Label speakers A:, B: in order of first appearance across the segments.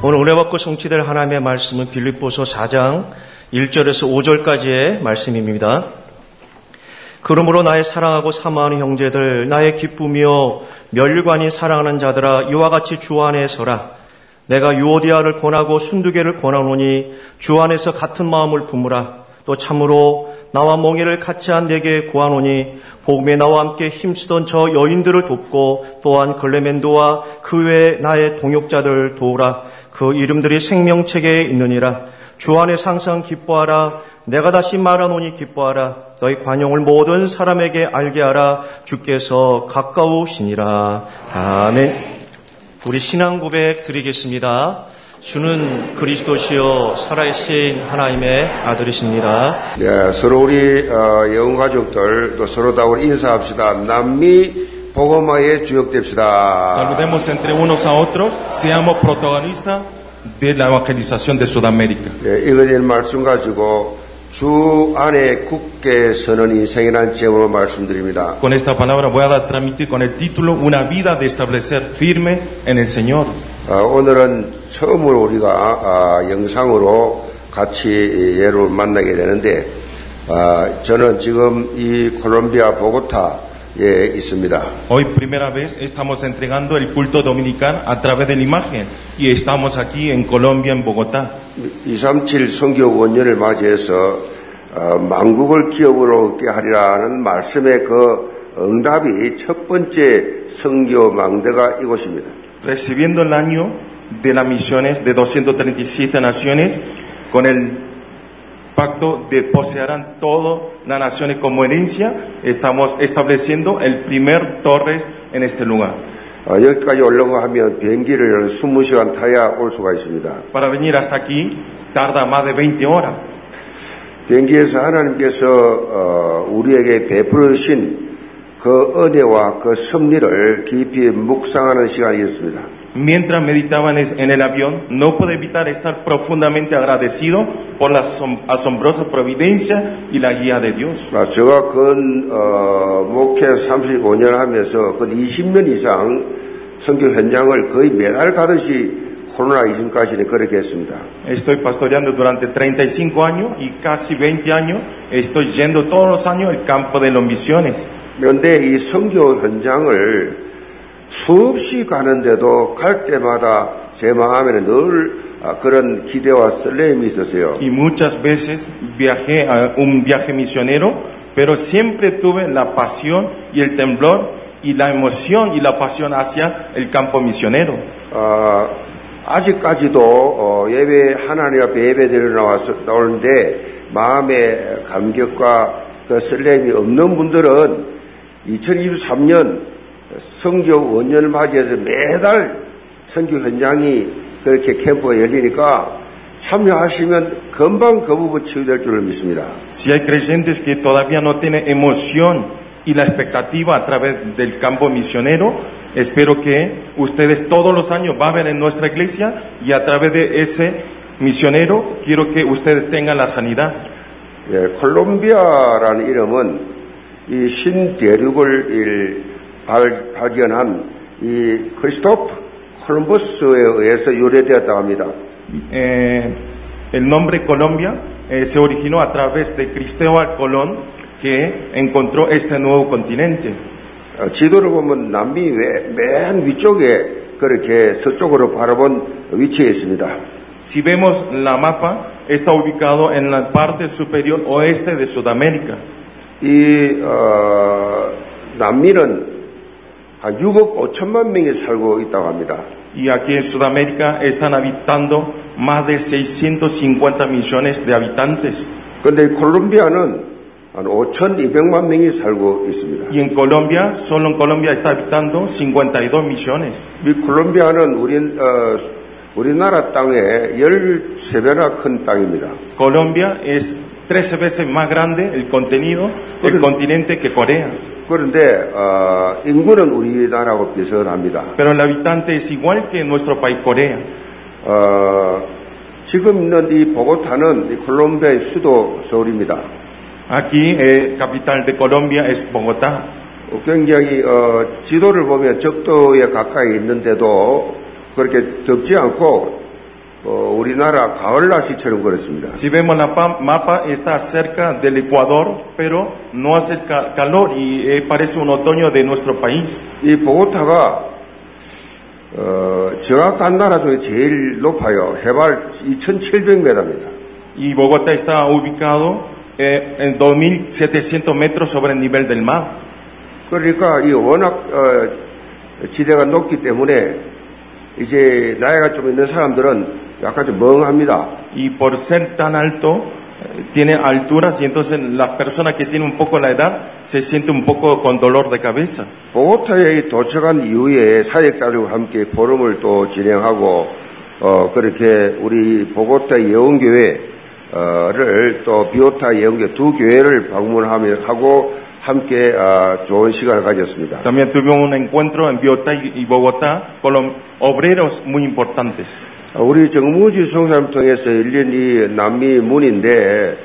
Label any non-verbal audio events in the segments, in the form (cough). A: 오늘 은혜 받고 성취될 하나님의 말씀은 빌립보서 4장 1절에서 5절까지의 말씀입니다. 그러므로 나의 사랑하고 사모하는 형제들, 나의 기쁨이요 멸관이 사랑하는 자들아 이와 같이 주 안에 서라. 내가 유오디아를 권하고 순두개를 권하노니 주 안에서 같은 마음을 품으라. 또 참으로 나와 몽이를 같이 한 내게 구하노니 복음에 나와 함께 힘쓰던 저 여인들을 돕고 또한 글레멘도와 그 외 나의 동역자들 도우라. 그 이름들이 생명책에 있느니라. 주 안에 항상 기뻐하라. 내가 다시 말하노니 기뻐하라. 너희 관용을 모든 사람에게 알게 하라. 주께서 가까우시니라. 아멘. 우리 신앙 고백 드리겠습니다. 주는 그리스도시요 살아계신 하나님의 아들이십니다.
B: 예, 서로 우리 어, 영혼 가족들 또 서로 다 우리 인사합시다. 남미 복음화에 주역됩시다.
C: Saludemos entre unos a otros, seamos protagonistas de la evangelización de Sudamérica.
B: 예, 읽어진 말씀 가지고 주 안에 굳게 서는 인생이란 제목으로 말씀드립니다.
C: Con esta palabra voy a dar- transmitir con el título Una vida de establecer firme en el Señor.
B: 어, 오늘은 처음으로 우리가 아, 영상으로 같이 이 예를 만나게 되는데 아, 저는 지금 이 콜롬비아 보고타에 있습니다.
C: Hoy primera vez estamos entregando el culto dominical a través de la imagen y estamos aquí en Colombia, en Bogotá.
B: 237 성교 원년을 맞이해서 어, 만국을 기업으로 얻게 하리라는 말씀의 그 응답이 첫 번째 성교 망대가 이곳입니다.
C: Recibiendo el año de las misiones de 237 naciones con el pacto de poseerán todas las naciones como herencia, estamos estableciendo el primer torres en este lugar.
B: 어, 여기까지 오려고 하면 비행기를 20시간 타야 올 수가 있습니다.
C: Para venir hasta aquí tarda más de 20 horas.
B: 비행기에서 하나님께서 어, 우리에게 베풀으신 그 은혜와 그 섭리를 깊이 묵상하는 시간이 있습니다.
C: Mientras meditaba en es- en el avión, no pude evitar estar profundamente agradecido por la asom- asombrosa providencia y la guía de Dios.
B: 아, 제가 근 어, 목회 35년 하면서 근 20년 이상 선교 현장을 거의 매달 가듯이 코로나 이전까지는 그렇게 했습니다.
C: Estoy pastoreando durante 35 años y casi 20 años. Estoy yendo todos los años al campo de las misiones.
B: 그런데 이 선교 현장을 수없이 가는데도 갈 때마다 제 마음에는 늘 아, 그런 기대와 설렘이 있었어요.
C: Y muchas veces viajé a un viaje misionero, pero siempre tuve la pasión y el temblor y la emoción y la pasión hacia el campo misionero.
B: 아, 아직까지도 어, 예배 하나님 앞에 예배드려 나와서 나오는데 마음의 감격과 그 설렘이 없는 분들은 2023년 성교 원년을 맞이해서 매달 선교 현장이 그렇게 캠프가 열리니까 참여하시면 금방 그 부분 치유될 줄을 믿습니다.
C: Si hay creyentes que todavía no tienen emoción y la expectativa a través del campo misionero, espero que ustedes todos los años vayan en nuestra iglesia y a través de ese misionero quiero que ustedes tengan la sanidad.
B: 예, 콜롬비아라는 이름은 이 신대륙을 일- 발, 발견한 이 크리스토프 콜럼버스에 의해서 유래되었다고 합니다.
C: Eh, el nombre Colombia eh, se originó a través de Cristóbal Colón que encontró este nuevo continente.
B: 어, 지도를 보면 남미 외- 맨 위쪽에 그렇게 서쪽으로 바라본 위치에 있습니다.
C: Si vemos la mapa, está ubicado en la parte superior oeste de Sudamérica.
B: 이 어, 남미는 한 6억 5천만 명이 살고 있다고 합니다.
C: Y aquí en Sudamérica están habitando más de 650 millones de habitantes.
B: 그런데 이 콜롬비아는 한 5,200만 명이 살고 있습니다.
C: Y en Colombia, solo en Colombia está habitando 52 millones.
B: 이 콜롬비아는 우리, 어, 우리나라 땅의 13배나 큰 땅입니다.
C: Colombia es 13 veces más grande el contenido del continente que Corea.
B: 그런데 어, 인구는 우리나라하고 비슷합니다.
C: Pero el habitante es igual que en nuestro país Corea.
B: 어, 지금 있는 이 보고타는 이 콜롬비아의 수도 서울입니다.
C: Aquí, eh, capital de Colombia es Bogotá.
B: 어, 굉장히 어, 지도를 보면 적도에 가까이 있는데도 그렇게 덥지 않고 어, 우리나라 가을 날씨처럼 그렇습니다.
C: Si vemos la pa- mapa, está cerca del Ecuador, pero no hace ca- calor y eh, parece un otoño de nuestro país.
B: 이 보고타가 어, 정확한 나라 중에 제일 높아요. 해발 2,700m입니다.
C: Y Bogotá está ubicado eh, en 2.700 metros sobre el nivel del mar.
B: 그러니까 이 워낙 어, 지대가 높기 때문에 이제 나이가 좀 있는 사람들은 약간 좀 멍합니다.
C: Y por ser tan alto, eh, tiene alturas y entonces las personas que tienen un poco la edad se sienten un poco con dolor de cabeza.
B: 보고타에 도착한 이후에 사역자들과 함께 포럼을 또 진행하고 어, 그렇게 우리 보고타 예언교회를 또 비오타 예언교회 두 교회를 방문하며 하고 함께 아, 좋은 시간을 가졌습니다.
C: También tuvimos un encuentro en Biotá y y Bogotá con los obreros muy importantes.
B: 어, 우리 정무지 성사님 통해서 열린 이 남미 문인데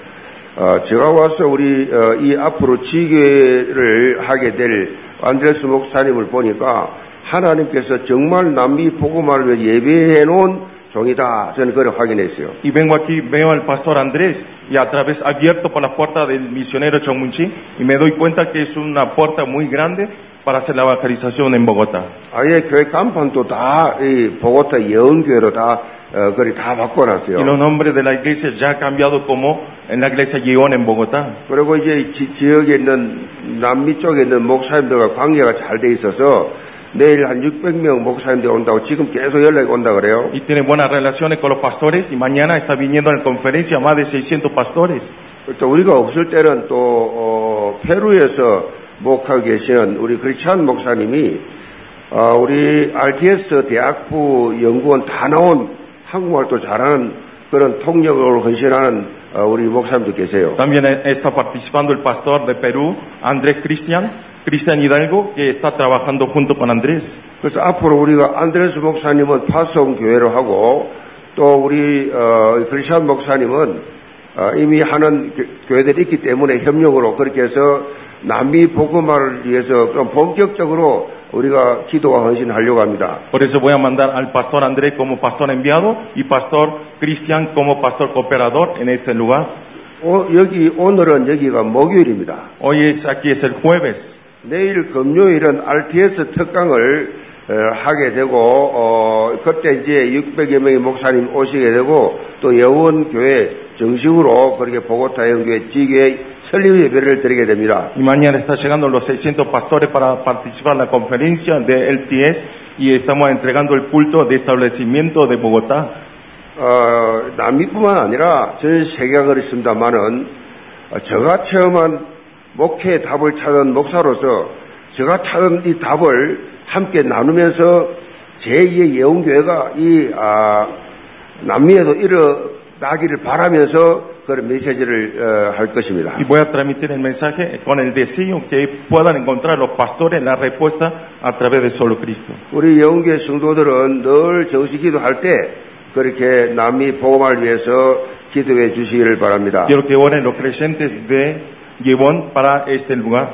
B: 어, 제가 와서 우리 어, 이 앞으로 지교를 하게 될 안드레스 목사님을 보니까 하나님께서 정말 남미 복음화를 위해 예배해 놓은 종이다 저는 그걸 확인했어요.
C: Y vengo aquí, veo al pastor Andrés y a través abierto por la puerta del misionero Chomunchi y me doy cuenta que es una puerta muy grande para hacer la evangelización en Bogotá.
B: 아예 교회 간판도 다 이 보고타 예언교회로 다 어, 그리 다
C: Y los
B: 바꿔놨어요.
C: nombres de la iglesia ya ha cambiado como en la iglesia Guión en Bogotá.
B: 그리고 이제 지, 지역에 있는 남미 쪽에 있는 목사님들과 관계가 잘 돼 있어서 내일 한 600명 목사님들 온다고 지금 계속 연락이 온다 그래요.
C: Y tiene buenas relaciones con los pastores y mañana está viniendo en conferencia más de 600 pastores.
B: 또 우리가 없을 때는 또 어, 페루에서 목하고 계시는 우리 크리스찬 목사님이 어, 우리 RTS 대학부 연구원 다 나온 한국말 또 잘하는 그런 통역을 헌신하는 어, 우리 목사님도 계세요.
C: También está participando el pastor de Perú, Andrés Cristian, Cristian Hidalgo, que está trabajando junto con Andrés.
B: 그래서 앞으로 우리가 안드레스 목사님은 파송 교회로 하고 또 우리 어, 크리스찬 목사님은 어, 이미 하는 교- 교회들이 있기 때문에 협력으로 그렇게 해서 남미 복음화를 위해서 좀 본격적으로 우리가 기도와 헌신하려고 합니다.
C: Por eso voy a mandar al pastor Andrés como pastor enviado y pastor Cristian como pastor cooperador en este lugar.
B: 오, 여기 오늘은 여기가 목요일입니다.
C: Hoy es aquí es el jueves.
B: 내일 금요일은 RTS 특강을 어, 하게 되고 어, 그때 이제 600여 명의 목사님 오시게 되고 또 여원교회 정식으로 그렇게 보고타 여원교회 지교회 설립 예배를 드리게 됩니다.
C: Y mañana está llegando los 600 pastores para participar en la conferencia de LTS y estamos entregando el culto de establecimiento de Bogotá.
B: 어, 남미뿐만 아니라 전 세계가 그렇습니다만은 제가 체험한 목회의 답을 찾은 목사로서 제가 찾은 이 답을 함께 나누면서 제2의 예언교회가 이 아, 남미에도 일어나기를 바라면서 그런 메시지를 어, 할 것입니다.
C: Y voy a transmitir el mensaje con el deseo que puedan encontrar los pastores la respuesta a través de solo Cristo.
B: 우리 영계 성도들은 늘 정식 기도할 때 그렇게 남미 복음을 위해서 기도해 주시기를 바랍니다.
C: Quiero que oren los creyentes de Gibón para este lugar.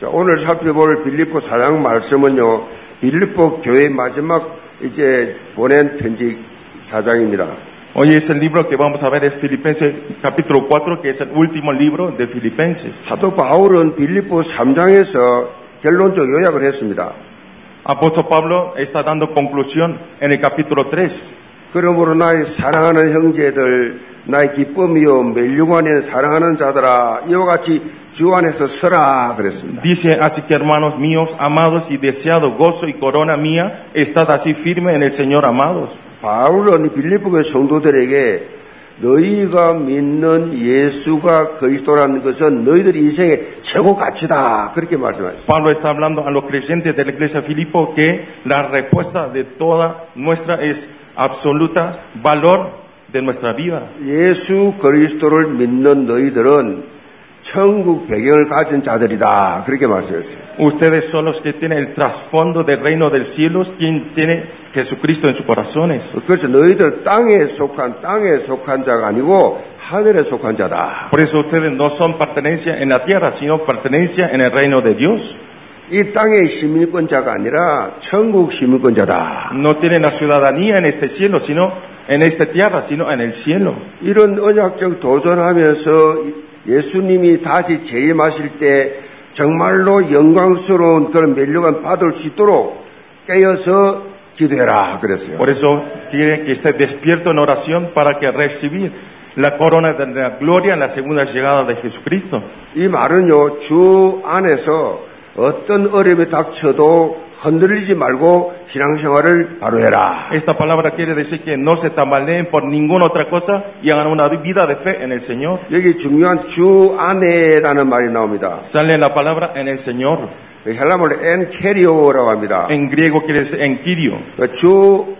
B: 자, 오늘 살펴볼 빌립보 사장 말씀은요, 빌립보 교회 마지막 이제 보낸 편지 사장입니다.
C: Hoy es el libro que vamos a ver, es Filipenses capítulo 4, que es el último libro de Filipenses.
B: 사도 바울은 빌립보 3장에서 결론적 요약을 했습니다.
C: Apóstol Pablo está dando conclusión en el capítulo 3.
B: 그러므로 나의 사랑하는 형제들, 나의 기쁨이요, 멸류관인 사랑하는 자들아, 이와 같이 주 안에서 서라 그랬습니다.
C: Dice, así que hermanos míos, amados y deseados, gozo y corona mía, estad así firme en el Señor, amados.
B: 바울은 이 빌립보 교회 성도들에게 너희가 믿는 예수가 그리스도라는 것은 너희들 인생의 최고 가치다 그렇게 말씀하셨습니다.
C: Pablo está hablando a los creyentes de la iglesia de Filipo que la respuesta de toda nuestra es absoluta valor de nuestra vida.
B: 예수 그리스도를 믿는 너희들은 천국 배경을 가진 자들이다. 그렇게 말씀했어요.
C: Ustedes son los que tienen el trasfondo del reino del cielo, quien tiene Jesucristo en sus corazones.
B: 그래서 너희들 땅에 속한 땅에 속한 자가 아니고 하늘에 속한 자다.
C: Por eso ustedes no son pertenencia en la tierra, sino pertenencia en el reino de Dios.
B: 이 땅의 시민권자가 아니라 천국 시민권자다.
C: No tienen la ciudadanía en este cielo, sino en esta tierra, sino en el cielo.
B: 이런 언약적 도전하면서 예수님이 다시 재림하실 때 정말로 영광스러운 그런 면류관 받을 수 있도록 깨어서 기도해라 그랬어요.
C: Por eso quiere que esté despierto en oración para que recibir la corona de la gloria en la segunda llegada de Jesucristo.
B: 이 말은요 주 안에서 어떤 어려움이 닥쳐도 흔들리지 말고 신앙생활을 바로 해라.
C: Esta palabra quiere decir que no se tambaleen por ninguna otra cosa y hagan una vida de fe en el Señor.
B: 여기 중요한 주 안에라는 말이 나옵니다.
C: Sale la palabra en el Señor.
B: 헬라말로 엔케리오라고 합니다. 그러니까
C: En griego quiere decir en Kirio.
B: 주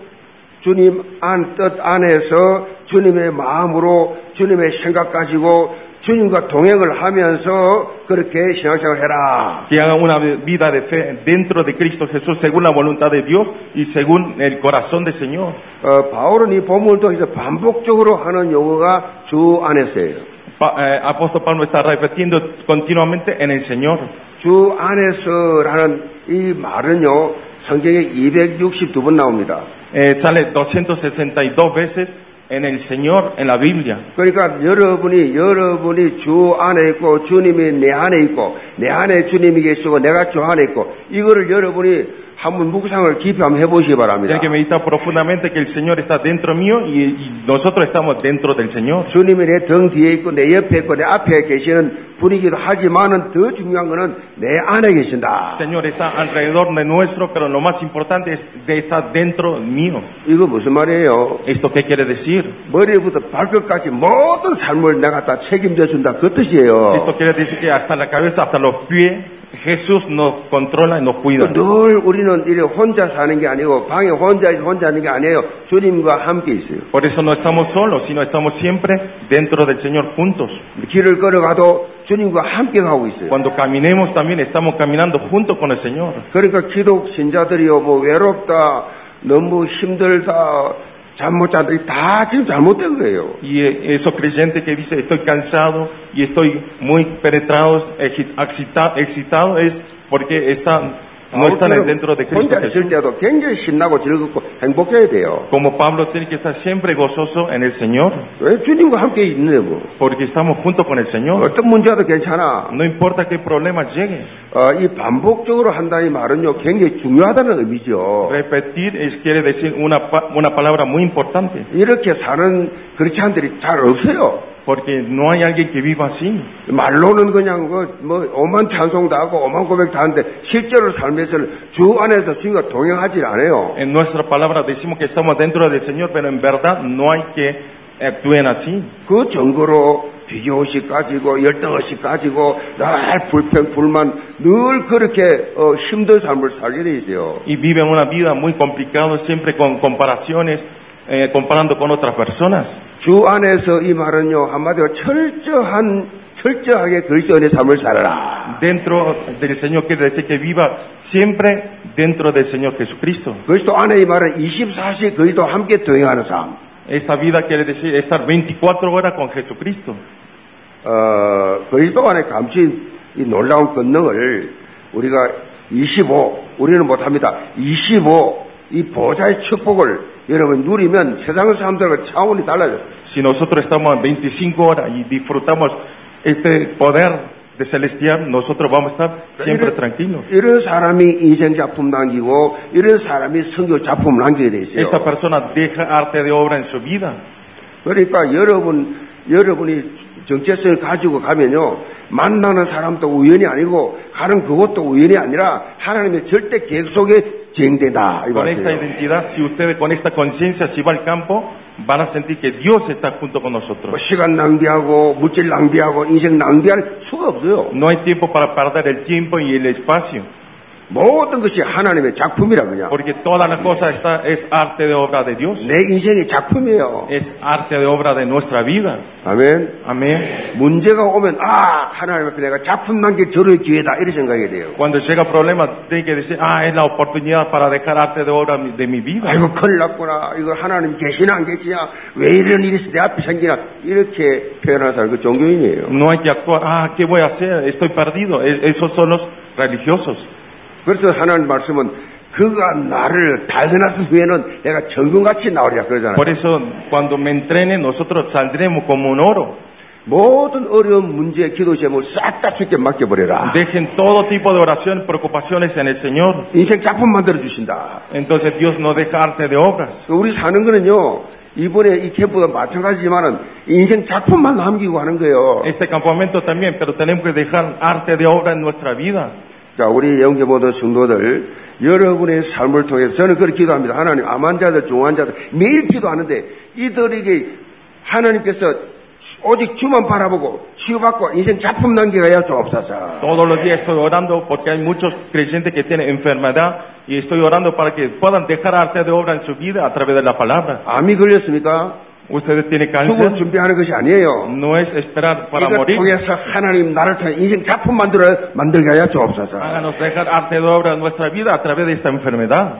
B: 주님 안 뜻 안에서 주님의 마음으로 주님의 생각 가지고 주님과 동행을 하면서 그렇게 신앙생활 해라.
C: Que hagan una vida de fe dentro de Cristo Jesús según la voluntad de Dios y según el corazón del Señor.
B: 어, 바울은 이 본문을 통해서 반복적으로 하는 용어가 주 안에서예요.
C: Pa- eh, apóstol Pablo está repitiendo continuamente en el Señor.
B: 주 안에서라는 이 말은요 성경에 262번 나옵니다.
C: Eh, sale 262 veces en el Señor, en la Biblia.
B: 그러니까 여러분이 여러분이 주 안에 있고 주님이 내 안에 있고 내 안에 주님이 계시고 내가 주 안에 있고 이거를 여러분이 한번 묵상을 네, 깊이 한번 해보시기 바랍니다.
C: Tiene que meditar profundamente que el Señor está dentro mío y, y nosotros estamos dentro del Señor.
B: 주님이 내 등 뒤에 있고 내 옆에 있고 내 앞에 계시는 분이기도 하지만은 더 중요한 거는 내 안에 계신다.
C: El Señor está alrededor de nuestro, pero lo más importante es de estar dentro mío.
B: 이거 무슨 말이에요?
C: ¿Esto qué quiere decir?
B: 머리부터 발끝까지 모든 삶을 내가 다 책임져 준다 그 뜻이에요.
C: Esto quiere decir que hasta la cabeza, hasta los pies, Jesús nos controla y nos cuida.
B: 늘 우리는 이래 혼자 사는 게 아니고 방에 혼자 있- 혼자 있는 게 아니에요. 주님과 함께 있어요.
C: Por eso no estamos solos, sino estamos siempre dentro del Señor juntos.
B: 길을 걸어가도 주님과 함께 가고 있어요.
C: Cuando caminemos también estamos caminando junto con el Señor.
B: 그러니까 기독 신자들이요 뭐 외롭다, 너무 힘들다, 잠 못 잔다 이다 지금 잘못된 거예요.
C: Y eh, esos creyentes que dicen estoy cansado y estoy muy penetrado, egi- excita- excitado, es porque están, no están dentro de Cristo
B: 혼자 있을
C: Jesús.
B: 때도 굉장히 신나고 즐겁고 행복해야 돼요.
C: Como Pablo tiene que estar siempre gozoso en el Señor,
B: 왜 주님과 함께 있는데 뭐
C: porque estamos junto con el Señor.
B: 어떤 문제도 괜찮아.
C: No importa qué problema llegue.
B: 어, 이 반복적으로 한다는 말은요 굉장히 중요하다는 의미죠.
C: Repetir es, quiere decir una, pa- una palabra muy importante,
B: 이렇게 사는 그리스도인들이 잘 없어요.
C: porque no hay alguien que viva así.
B: 말로는 그냥 그, 뭐 오만 찬송도 하고 오만 고백도 하는데 실제로 삶에서는 주 안에서 주님과 동행하지 않아요.
C: En nuestra palabra decimos que estamos dentro del Señor, pero en verdad no hay que actúen así.
B: 그 증거로 비교의식 가지고 열등의식 가지고 늘 불평 불만 늘 그렇게 어, 힘든 삶을 살게 돼 있어요.
C: y viven una vida muy complicada, siempre con comparaciones, eh, comparando con otras personas.
B: 주 안에서 이 말은요 한마디로 철저한 철저하게 그리스도인의 삶을 살아라.
C: Dentro del Señor quiere decir que viva siempre dentro del Señor Jesucristo.
B: 그리스도 안에 이 말은 24시 그리스도와 함께 동행하는 삶.
C: Esta vida quiere decir estar 24 horas con Jesucristo.
B: 어, 그리스도 안에 감춘 이 놀라운 권능을 우리가 25, 우리는 못합니다. 25, 이 보좌의 축복을 여러분 누리면 세상 사람들과 차원이 달라져요.
C: Si nosotros estamos 25 horas y disfrutamos este poder de celestial, nosotros vamos a estar siempre tranquilos.
B: 이런 사람이 인생 작품 남기고, 이런 사람이 성교 작품을 남기게 돼 있어요.
C: Esta persona deja arte de obra en su vida.
B: 그러니까 여러분, 여러분이 정체성을 가지고 가면요, 만나는 사람도 우연이 아니고, 가는 그것도 우연이 아니라, 하나님의 절대 계획 속에 진행된다. 이
C: Con esta
B: 말씀이에요.
C: identidad, si ustedes con esta conciencia, si va al campo, van a sentir que Dios está junto con nosotros.
B: 뭐 시간 낭비하고 물질 낭비하고 인생 낭비할 수가 없어요.
C: No hay tiempo para perder el tiempo y el espacio,
B: 모든 것이 하나님의 작품이라 그냥.
C: porque toda la cosa está, es arte de obra de Dios,
B: 내 인생의 작품이에요.
C: es arte de obra de nuestra vida.
B: 아멘.
C: Amén.
B: 문제가 오면 아 하나님 앞에 내가 작품 남길 저의 기회다 이런 생각이 돼요.
C: Cuando llega problema, tiene que decir, ah, es la oportunidad para dejar arte de obra mi- de mi vida.
B: 아이고 큰일 났구나. 이거 하나님 계시나 안 계시냐. 왜 이런 일이 내 앞에 생기나. 이렇게 표현하는 사람이 그 종교인이에요.
C: No hay que actuar, ah, ¿qué voy a hacer? Estoy perdido. Es- esos son los religiosos.
B: 그래서 하나님 말씀은 그가 나를 달려났은 후에는 내가 정금같이 나오리라 그러잖아요.
C: Por eso, cuando me entrene, nosotros saldremos como un oro.
B: 모든 어려운 문제의 기도 제목을 싹 다 주께 맡겨버려라.
C: Dejen todo tipo de oraciones, preocupaciones en el Señor.
B: 인생 작품 만들어 주신다.
C: Entonces Dios no deja arte de obras.
B: 우리 사는 거는요. 이번에 이 캠프도 마찬가지지만은 인생 작품만 남기고 하는 거예요.
C: Este campamento también, pero tenemos que dejar arte de obra en nuestra vida.
B: 자, 우리 영계 모든 성도들 여러분의 삶을 통해서 저는 그렇게 기도합니다. 하나님 암환자들, 중환자들 매일 기도하는데 이들에게 하나님께서 오직 주만 바라보고 치유받고 인생 작품 남기가야 주옵소서.
C: Todos los días estoy orando porque hay muchos creyentes que tienen enfermedad y estoy orando para que puedan dejar arte de obra en su vida a través de la palabra.
B: 암이 걸렸습니까?
C: Ustedes tienen
B: 죽을
C: cáncer,
B: 준비하는 것이 아니에요.
C: no es esperar para
B: 이걸
C: morir.
B: 통해서 하나님 나를 통해 인생 작품 만들어 만들게 하여 주옵소서.
C: Háganos dejar arte de obra en nuestra vida a través de esta enfermedad.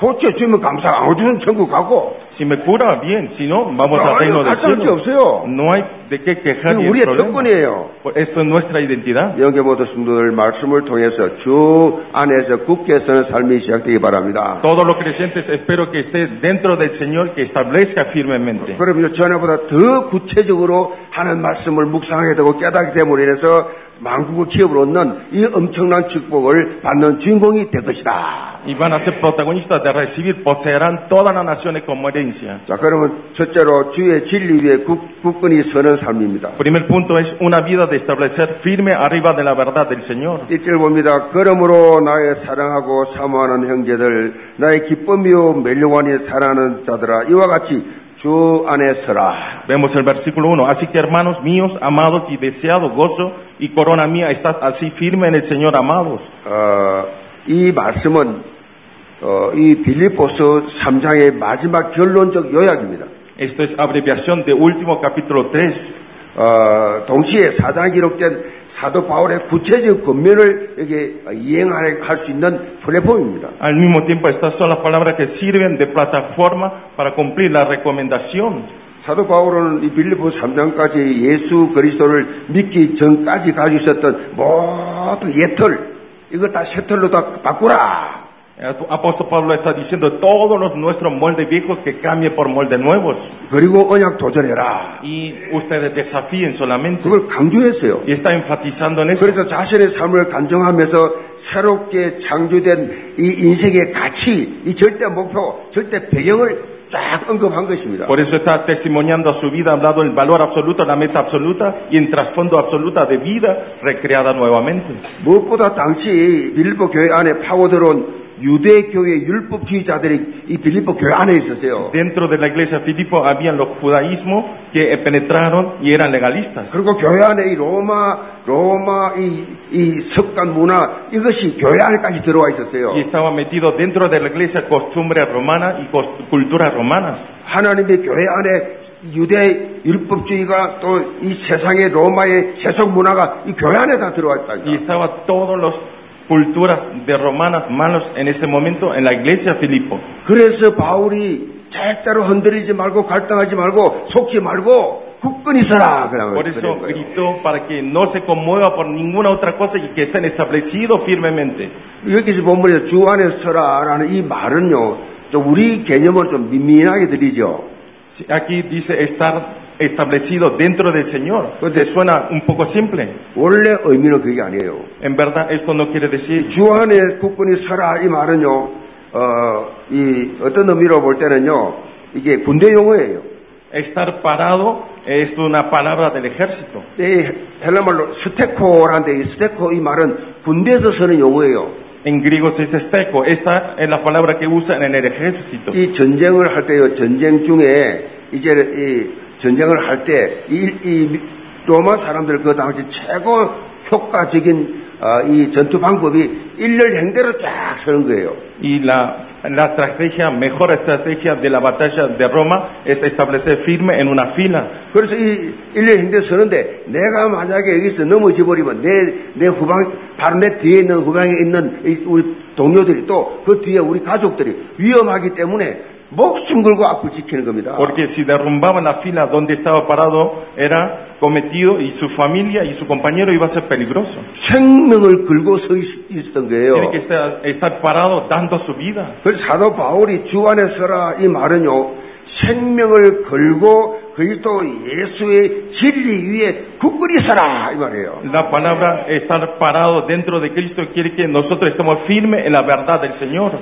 B: 고쳐 주면 감사, 안 고쳐주면 천국 가고.
C: Si me cura, bien, si no, vamos al
B: 아니,
C: reino del
B: 갈등할 게
C: cielo.
B: 없어요.
C: No hay de qué quejar
B: 이게
C: ni
B: 우리의
C: problema.
B: 특권이에요.
C: Esto es nuestra identidad.
B: 영계 모든 성도들 말씀을 통해서 주 안에서 굳게 서는 삶이 시작되기 바랍니다.
C: Todos los creyentes espero que esté dentro del Señor que establezca firmemente.
B: 그러면 전에보다 더 구체적으로 하는 말씀을 묵상하게 되고 깨닫기 때문에 인해서 만국을 기업을 얻는 이 엄청난 축복을 받는 주인공이 될 것이다.
C: Y van a ser protagonistas de recibir, poseerán todas las naciones como herencia.
B: 자, 그러면 첫째로 주의 진리 위에 굳- 굳건히 서는 삶입니다.
C: Primer punto es una vida de establecer firme arriba de la verdad del Señor.
B: 1절 봅니다. 그러므로 나의 사랑하고 사모하는 형제들, 나의 기쁨이요 멸류관이 사랑하는 자들아, 이와 같이 주 안에 서라.
C: Vemos el versículo 1. Así que hermanos míos, amados y deseado gozo y corona mía, estad así firme en el Señor, amados.
B: 어, 이 말씀은 어, 이 빌립보서 3장의 마지막 결론적 요약입니다.
C: Esto es abreviación de último capítulo 3.
B: 어, 동시에 4장에 기록된 사도 바울의 구체적 권면을 여기 이행할 수 있는 플랫폼입니다.
C: Al mismo tiempo, estas son las palabras que sirven de plataforma para cumplir la recomendación
B: 사도 바울은 이 빌립보서 3장까지 예수 그리스도를 믿기 전까지 가지고 있었던 모든 예털 이거 다 새털로 다 바꾸라.
C: El apóstol Pablo está diciendo todos los nuestros moldes viejos que cambien por moldes nuevos
B: 그리고 언약 도전해라.
C: y ustedes desafíen solamente
B: 그걸 강조했어요.
C: y está enfatizando en eso.
B: 그래서 자신의 삶을 간증하면서 새롭게 창조된 이 인생의 가치, 이 절대 목표, 절대 배경을 쫙 언급한 것입니다.
C: Por eso está testimoniando a su vida, hablado el valor absoluto, la meta absoluta y en trasfondo absoluta de vida recreada nuevamente.
B: 무엇보다 당시 빌립보 교회 안에 파고들어온 유대 교회 율법주의자들이 이 빌립보 교회 안에 있었어요.
C: Dentro de la iglesia de Filipo habían los judaísmos que penetraron y eran legalistas.
B: 그리고 교회 안에 이 로마, 로마 이, 이 습관 문화 이것이 교회 안까지 들어와 있었어요.
C: Y estaban metidos dentro de la iglesia costumbres romanas y cos- culturas romanas.
B: 하나님의 교회 안에 유대 율법주의가 또 이 세상의 로마의 세속 문화가 이 교회 안에 다 들어왔다.
C: y estaba todas las culturas de romanas manos en ese momento en la iglesia de Filipo.
B: 그래서 바울이 절대로 흔들리지 말고 갈등하지 말고 속지 말고 굳건히 서라 그냥
C: Por eso
B: 그런 거예요.
C: gritó para que no se conmueva por ninguna otra cosa y que estén establecidos firmemente.
B: 여기서 본문에서 주 안에 서라라는 이 말은요, 좀 우리 개념으로 좀 민민하게 들리죠.
C: Aquí dice estar establecido dentro del Señor. Se suena un poco simple.
B: 원래 의미는 그게 아니에요.
C: En verdad esto no quiere decir
B: 주 안에 국군이 서라 이 말은요, 어, 이 어떤 의미로 볼 때는요, 이게 군대 용어예요.
C: estar parado es una palabra del ejército.
B: 이 헬라말로 스테코라는데 이 스테코 이 말은 군대에서 쓰는 용어예요.
C: En griego se dice esteco. Esta es la palabra que usan en el ejército.
B: 이 전쟁을 할 때요, 전쟁 중에 이제 이 전쟁을 할 때 이 로마 사람들 그 당시 최고 효과적인 어, 이 전투 방법이 일렬 행대로 쫙 서는 거예요.
C: Y la, la estrategia, mejor estrategia de la batalla de Roma es establecer firme en una fila.
B: 그래서 이 일년 힘들어 서는데 내가 만약에 여기서 넘어져 버리면 내 내 후방 바로 내 뒤에 있는 후방에 있는 이 우리 동료들이 또 그 뒤에 우리 가족들이 위험하기 때문에 목숨 걸고 앞을 지키는 겁니다.
C: Porque si derrumbaba la fila donde estaba parado, era cometido y su familia y su compañero iba a ser peligroso.
B: 생명을 걸고 서 있- 있었던
C: Tiene
B: 거예요.
C: que estar, estar parado dando su vida.
B: 그래서 사도 바울이 주 안에 서라 이 말은요. 생명을 걸고 그리스도 예수의 진리 위에 굳건히 서라 이 말이에요.
C: La palabra estar parado dentro de Cristo quiere que nosotros estemos firmes en la verdad del Señor.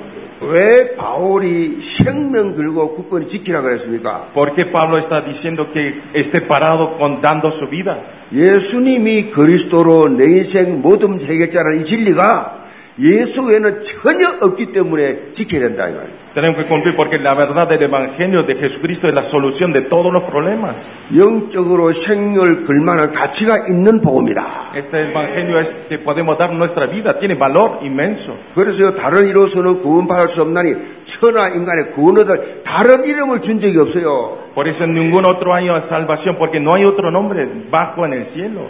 B: 왜 바울이 생명 걸고 굳건히 지키라 그랬습니까?
C: Porque Pablo está diciendo que esté parado con dando su vida.
B: 예수님이 그리스도로 내 인생 모든 해결자라는 이 진리가 예수 외에는 전혀 없기 때문에 지켜야 된다 이 말이에요.
C: Tenemos que cumplir porque la verdad del Evangelio de Jesucristo es la solución de todos los problemas.
B: 영적으로 생을 걸만한 가치가 있는 복음이다.
C: Este Evangelio es que podemos dar nuestra vida, tiene valor inmenso.
B: 그래서요 다른 이로서는 구원받을 수 없나니 천하 인간의 구원 얻을 다른 이름을 준 적이 없어요.
C: Por eso en ningún otro año salvación, porque no hay otro nombre bajo en el cielo.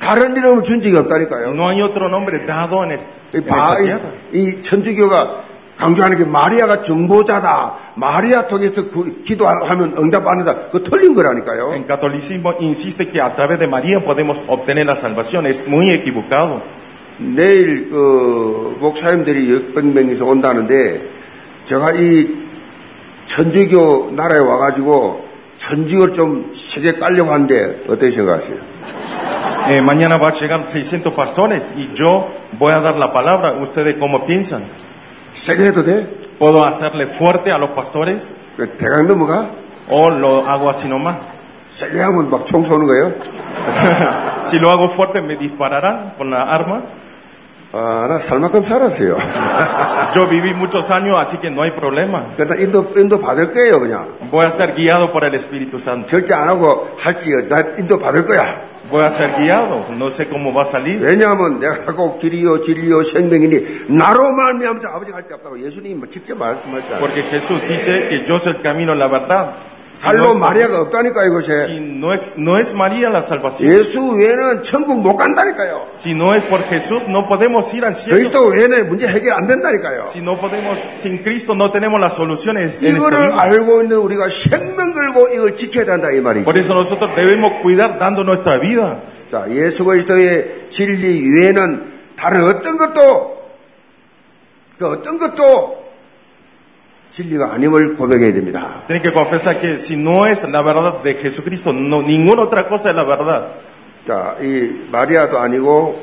B: 다른 이름을 준 적이 없다니까요.
C: No hay otro nombre dado en, el,
B: 이,
C: en
B: 바,
C: esta
B: 이,
C: tierra.
B: 이 천주교가 강조하는 게 마리아가 정보자다. 마리아 통해서 구- 기도하면 응답받는다. 그거 틀린 거라니까요.
C: En catolicismo insiste que a través de María podemos obtener la salvación. Es muy equivocado.
B: 내일 그 목사님들이 600명에서 온다는데 제가 이 천주교 나라에 와가지고 천주교를 좀 세게 깔려고 하는데 어떻게 생각하세요?
C: Eh, mañana va a llegar 600 pastores y yo voy a dar la palabra. ¿Ustedes cómo piensan?
B: 세게 해도 돼?
C: ¿Puedo hacerle fuerte a los pastores
B: 그 대강 넘어가?
C: o lo hago así nomás?
B: 세게 하면 막 총 쏘는 거예요?
C: Si lo hago fuerte me dispararán con la arma.
B: 아, 나 살만큼 살았어요. (laughs)
C: Yo viví muchos años, así que no hay problema.
B: 그러다 인도, 인도 받을 거예요, 그냥.
C: Voy a ser guiado por el Espíritu Santo.
B: 절제 안 하고 할지, 나 인도 받을 거야.
C: Voy a ser guiado. No sé cómo va a salir.
B: 왜냐하면 내가 꼭 길이요, 진리요, 생명이니 나로 말미암아 아버지 갈 데 없다고 예수님이 뭐 직접 말씀하셨잖아요.
C: Porque Jesús dice que yo soy el camino, la verdad. Si
B: 살로
C: no,
B: 마리아가 없다니까 이것에
C: si no es, no es María la salvación.
B: 예수 외에는 천국 못 간다니까요.
C: Si no es por Jesús, no podemos ir al cielo.
B: 그리스도 외에는 문제 해결 안 된다니까요.
C: Si no podemos, sin Cristo no tenemos las soluciones. en este esta
B: 이거를
C: vida.
B: 알고 있는 우리가 생명 걸고 이걸 지켜야 된다 이 말이죠.
C: Por eso nosotros debemos cuidar dando nuestra vida.
B: 자, 예수 그리스도의 진리 외에는 다른 어떤 것도 그 어떤 것도 진리가 아님을 고백해야 됩니다.
C: Tienen que confesar que si no es la verdad de Jesucristo, no, ninguna otra cosa es la verdad.
B: 자, 이 마리아도 아니고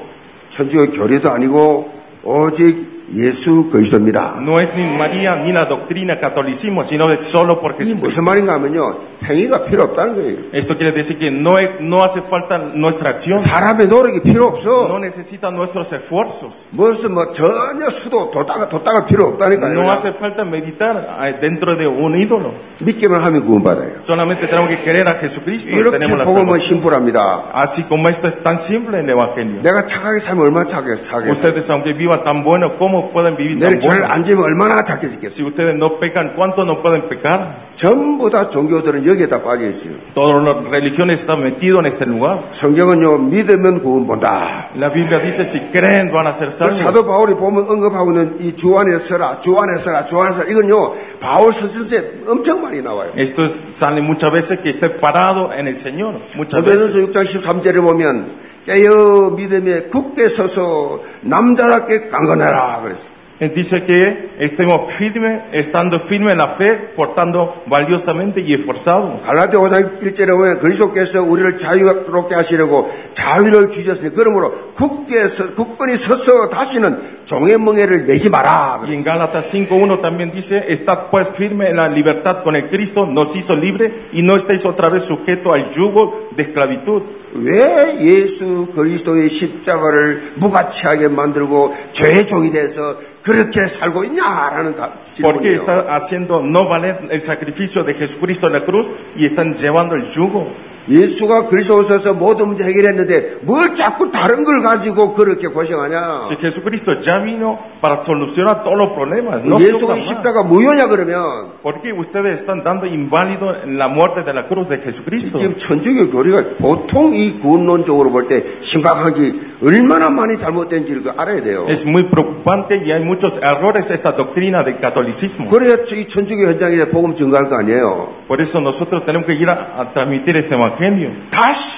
B: 천주교 교리도 아니고 오직 예수 그리스도입니다.
C: No es ni María ni la doctrina catolicismo, sino es solo por
B: 이
C: Jesucristo.
B: 무슨 말인가 하면요, 행위가 필요 없다는 거예요.
C: Esto quiere decir que no, es- no hace falta nuestra acción,
B: 사람의 노력이 필요
C: no
B: 없어.
C: necesita nuestros esfuerzos,
B: 무슨 뭐 전혀 수도 도닥 도닥을 필요 없다니까요.
C: no hace falta meditar eh, dentro de un ídolo.
B: 믿기만 하면 구원받아요.
C: Solamente tenemos que querer a Jesucristo y
B: 이렇게
C: tenemos la
B: 복음은
C: salvación.
B: 심플합니다.
C: Así como esto es tan simple en el Evangelio.
B: 내가 착하게 살면 얼마나 착하게 살겠어요.
C: Ustedes, aunque vivan tan bueno, ¿cómo pueden vivir tan
B: 내를 잘
C: bueno?
B: 안지면 얼마나 착해지겠어요.
C: Si ustedes no pecan, ¿cuánto no pueden pecar?
B: 전부 다 종교들은 여기에다 빠져있어요.
C: Todas las religiones están metidas en este lugar.
B: 성경은요, 믿으면 구원 본다.
C: La Biblia dice, si creen van a ser
B: 그
C: salvos.
B: 사도 바울이 보면 언급하고 있는 이 주 안에 서라, 주 안에 서라, 주 안에 서라. 이건요, 바울 서신서에 엄청 많이 나와요.
C: Esto es- sale muchas veces que esté parado en el Señor. Muchas veces.
B: 고린도전서 6장 13절을 보면 깨어 믿음에 굳게 서서 남자답게 강건해라 그랬어.
C: Él dice que estemos firmes, estando firmes en la fe, portando valiosamente y esforzados.
B: 갈라디아 5장 1절에 보면 그리스도께서 우리를 자유롭게 하시려고 자유를 주셨으니 그러므로 굳게 서, 굳건히 서서 다시는 종의 멍에를 내지 마라.
C: Y en
B: 그랬어.
C: Gálatas 5.1 también dice, estad pues firme en la libertad con el Cristo, nos hizo libre y no estáis otra vez sujeto al yugo de esclavitud.
B: 왜 예수 그리스도의 십자가를 무가치하게 만들고 죄의 종이 돼서 그렇게 살고 있냐라는 가-
C: ¿Por qué
B: 질문이에요.
C: está haciendo no valer el sacrificio de Jesucristo en la cruz y están llevando el yugo?
B: 예수가 그리스도 오셔서 모든 문제 해결했는데 뭘 자꾸 다른 걸 가지고 그렇게 고생하냐?
C: Si Jesucristo ya vino para solucionar todos los problemas, no
B: 예수의
C: sufran más.
B: 십자가 무효냐 그러면
C: ¿Por qué ustedes están dando inválido la muerte de la cruz de Jesucristo?
B: 지금 천주교 교리가 보통 이 구원론적으로 볼 때 심각하게 얼마나 많이 잘못된지를 그 알아야 돼요.
C: Es muy preocupante y hay muchos errores esta doctrina del catolicismo.
B: 그래야 이 천주교 현장에서 복음 증거할 거 아니에요.
C: Por eso nosotros tenemos que ir a, a transmitir este evangelio.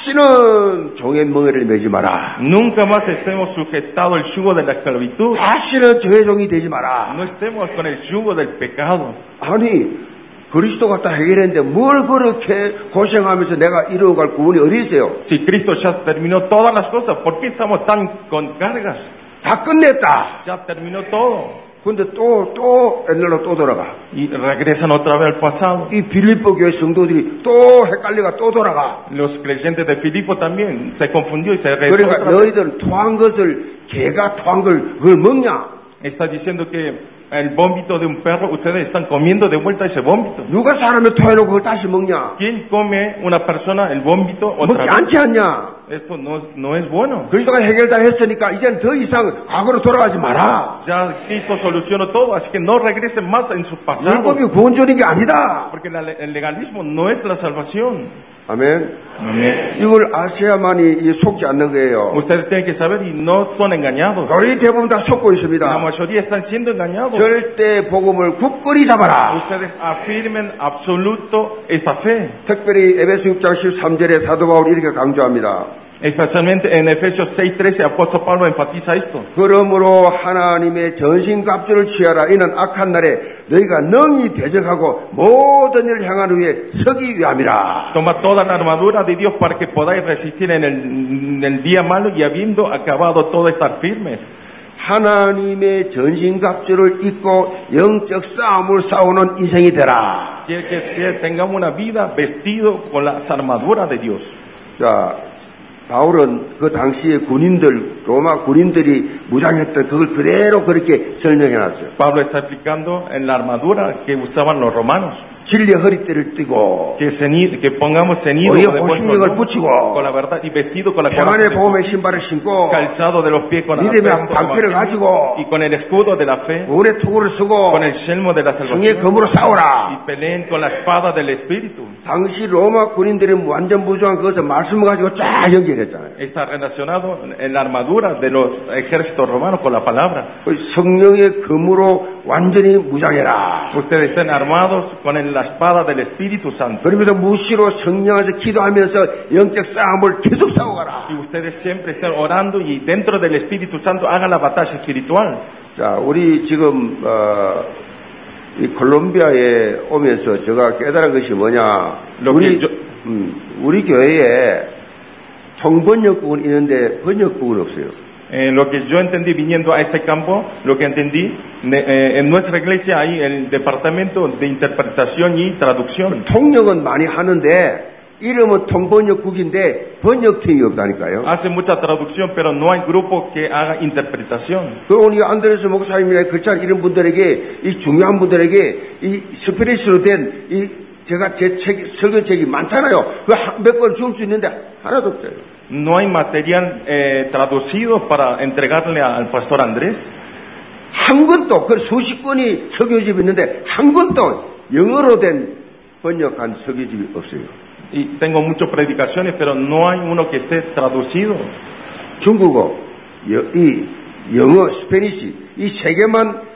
B: 다시는 종의 멍에를 메지 마라.
C: Nunca más estemos sujetados al yugo de la esclavitud.
B: 다시는 저의 종이 되지 마라.
C: No estemos con el yugo del pecado.
B: 아니, 그리스도가 다 해결했는데 뭘 그렇게 고생하면서 내가 이루어갈 구원이 어디 있어요?
C: Si Cristo ya terminó todas las cosas, ¿por qué estamos tan con cargas?
B: 다 끝냈다.
C: Ya terminó todo.
B: 근데 또, 또, 옛날로 또 돌아가.
C: Y regresan otra vez al pasado.
B: 이 빌립보 교회 성도들이 또 헷갈려가 또 돌아가.
C: Los creyentes de Filipo también se confundió y se regresó
B: 그러니까
C: otra vez.
B: 너희들은 토한 것을, 개가 토한 걸, 그걸 먹냐?
C: Está diciendo que el vómito de un perro, ustedes están comiendo de vuelta ese vómito.
B: 누가 사람을 토해놓고 그걸 다시 먹냐?
C: ¿Quién come una persona el vómito
B: 먹지
C: otra vez?
B: 않지 않냐?
C: Esto no, no es bueno.
B: 그리스도가 해결 다 했으니까 이제는 더 이상 과거로 돌아가지 마라.
C: Ya Cristo solucionó todo, así que no regresen más en su pasado.
B: 율법이 구원적인 게 아니다.
C: Porque la- el legalismo no es la salvación.
B: 아멘.
C: Amén.
B: 이걸 아셔야만이 이 속지 않는 거예요.
C: Ustedes tienen que saber y no son engañados.
B: 거의 대부분 다 속고
C: La
B: 있습니다.
C: mayoría están siendo engañados.
B: 절대 복음을 굳건히 잡아라.
C: Ustedes afirmen absoluto esta fe.
B: 특별히 에베소 6장 13절에 사도 바울이 이렇게 강조합니다.
C: Especialmente en Efesios 6:13, apóstol Pablo enfatiza esto.
B: 그러므로 하나님의 전신갑주를 취하라. 이는 악한 날에 너희가 능히 대적하고 모든 일을 향한 후에 서기 위함이라.
C: Toma toda la armadura de Dios para que podáis resistir en el, en el día malo y habiendo acabado todo estar firmes.
B: 하나님의 전신갑주를 입고 영적 싸움을 싸우는 인생이 되라.
C: Quiere que sea- tengamos una vida vestido con las armaduras de Dios.
B: 자, 바울은 그 당시에 군인들, 로마 군인들이 무장했던 그걸 그대로 그렇게 설명해 놨어요.
C: Pablo está explicando en la armadura que usaban los romanos.
B: 진리의 허리띠를 띠고
C: Que, ceni- que pongamos cenido
B: Oye,
C: de buen
B: Joshua, llegó el
C: color,
B: puchigo.
C: con la verdad y vestido con la coraza
B: 평안의
C: de
B: 복음의
C: justicia,
B: 신발을 신고
C: calzado de los pies con la
B: 믿음의
C: veste del
B: 방패를
C: evangelio,
B: 가지고
C: y con el escudo de la fe,
B: 구원의 투구를 쓰고
C: con el yelmo de la
B: 정의의
C: salvación
B: 검으로
C: y
B: 싸우라.
C: peleen con la espada del espíritu.
B: 당시 로마 군인들이 완전 무장한 그것을 말씀을 가지고 쫙 연결했잖아요.
C: está relacionado en la armadura de los ejércitos romanos con la palabra.
B: 그 성령의 검으로 완전히 무장해라.
C: Ustedes estén armados con el- la espada del Espíritu Santo.
B: 그러면서 무시로 성령에서 기도하면서 영적 싸움을 계속 싸워가라.
C: Y ustedes siempre estén orando y dentro del Espíritu Santo hagan la batalla espiritual.
B: 자, 우리 지금 어, 이 콜롬비아에 오면서 제가 깨달은 것이 뭐냐? 우리
C: 저-
B: 음, 우리 교회에 통번역국은 있는데 번역국은 없어요.
C: Eh, lo que yo entendí viniendo a este campo, lo que entendí, ne- eh, en nuestra iglesia hay el departamento de interpretación y traducción.
B: 통역은 많이 하는데 이름은 통번역국인데 번역팀이 없다니까요.
C: Hace mucha traducción, pero no hay grupo que haga interpretación.
B: 그리고 오늘 이 안드레스 목사님이나 글찬 이런 분들에게 이 중요한 분들에게 이 스피릿으로 된 이 제가 제 책, 설교책이 많잖아요. 그몇권 줄 수 있는데 하나도 없어요.
C: No hay material eh, traducido para entregarle a- al pastor Andrés.
B: 한 권도 그 수십 권이 설교집이 있는데 한 권도 영어로 된 번역한 설교집이 없어요.
C: Y tengo muchas predicaciones, pero no hay uno que esté traducido.
B: 중국어, 여- 이 영어, 스페니시 이 세 개만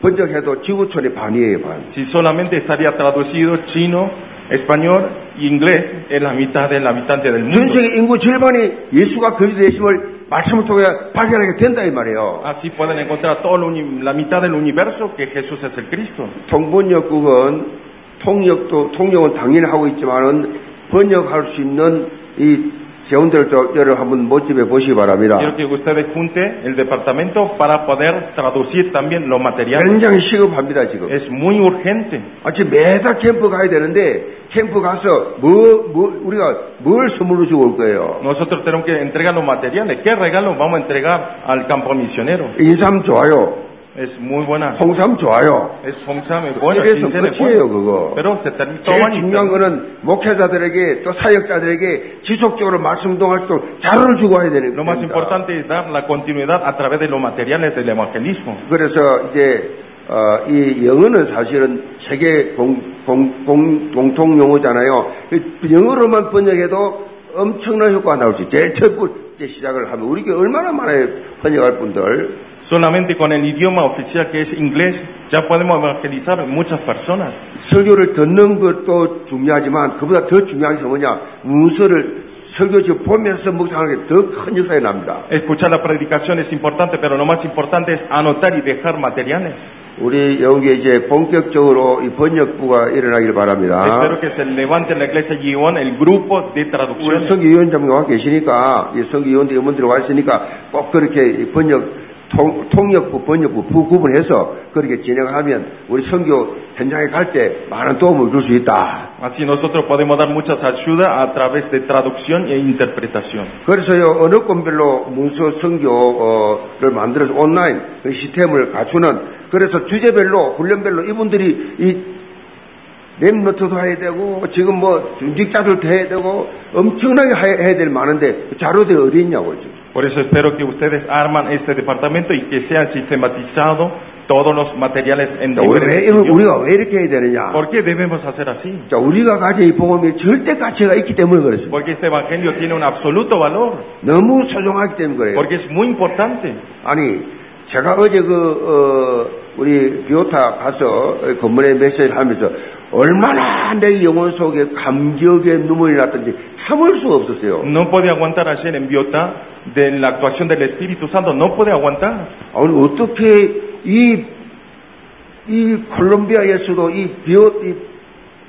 B: 번역해도 지구촌의 반이에요, 반.
C: Si solamente estaría traducido chino, español e inglés, es la mitad del habitante del
B: 전
C: mundo.
B: 세계 인구 절반이 예수가 그리스도 되심을 말씀을 통해 발견하게 된다 이 말이에요.
C: Así pueden encontrar todo el uni- la mitad del universo que Jesús es el Cristo.
B: 통번역국은 통역도 통역은 당연히 하고 있지만은 번역할 수 있는 이 재원들도 여러분 한번 모집해 보시기 바랍니다.
C: Quiero que ustedes junten el departamento para poder traducir también los materiales.
B: 굉장히 시급합니다 지금.
C: Es muy urgente.
B: 아, 지금 매달 캠프 가야 되는데 캠프 가서 뭐, 뭐 우리가 뭘 선물로 주고 올 거예요.
C: Nosotros tenemos que entregar los materiales. ¿Qué regalos vamos a entregar al campo misionero?
B: 인삼 좋아요,
C: Es muy buena.
B: 홍삼 좋아요.
C: Es Fongsam, es bueno,
B: Eso,
C: Ginseng es
B: cocheo,
C: bueno.
B: coco.
C: Pero se termina
B: 제일 중요한 거는 목회자들에게 또 사역자들에게 지속적으로 말씀 운동할 수 있도록 자료를 주고 와야 되는
C: Lo más
B: 겁니다.
C: importante es dar la continuidad a través de los materiales del evangelismo.
B: 그래서 이제 어, 이 영어는 사실은 세계 공, 공, 공, 공통 용어잖아요. 이 영어로만 번역해도 엄청난 효과가 나올 수 있어요. 제일 첫, 번- 그때 시작을 하면 우리 교회 얼마나 많아요. 번역할 분들.
C: Solamente con el idioma oficial que es inglés ya podemos evangelizar muchas personas.
B: 설교를 듣는 것도 중요하지만 그보다 더 중요한 게 뭐냐? 문서를 설교지 보면서 묵상하는 게 더 큰 역사에 납니다.
C: Escuchar la predicación es importante, pero lo más importante es anotar y dejar materiales.
B: 우리 영국에 이제 본격적으로 이 번역부가 일어나길 바랍니다.
C: Espero que se levante en la iglesia Gion el grupo de
B: 우리
C: traducciones.
B: 성기위원장님 와 계시니까 이 성기위원들 여러분들이 와 있으니까 꼭 그렇게 이 번역 통, 통역부 번역부 부 구분해서 그렇게 진행하면 우리 선교 현장에 갈 때 많은 도움을 줄 수 있다.
C: Así nosotros podemos dar muchas ayudas a través de traducción e interpretación.
B: 그래서요 어느 권별로 문서 선교를 만들어서 온라인 그 시스템을 갖추는 그래서 주제별로 훈련별로 이분들이 이 랩노트도 해야 되고 지금 뭐 중직자들도 해야 되고 엄청나게 해- 해야 될 많은데 자료들이 어디 있냐고 지금.
C: Por eso espero que ustedes arman este departamento y que sean sistematizados todos los materiales en
B: 자, 왜, 왜
C: diferentes
B: 이런-
C: idiomas.
B: 우리가 왜 이렇게 해야 되느냐?
C: ¿Por qué debemos hacer así?
B: 자, 우리가 가진 이 복음이 절대 가치가 있기 때문에 그렇습니다.
C: Porque este evangelio tiene un absoluto valor,
B: 너무 소중하기 때문에 그래요.
C: porque es muy importante.
B: 아니, 제가 어제 그, 어, 우리 비오타 가서 건물에 메시지를 하면서 얼마나 내 영혼 속에 감격의 눈물이 났던지 참을 수가 없었어요.
C: No podía aguantar ayer en Biota de la actuación del Espíritu Santo, no puede aguantar.
B: 오늘 아, 어떻게 이, 이 콜롬비아의 수도, 이 비오, 이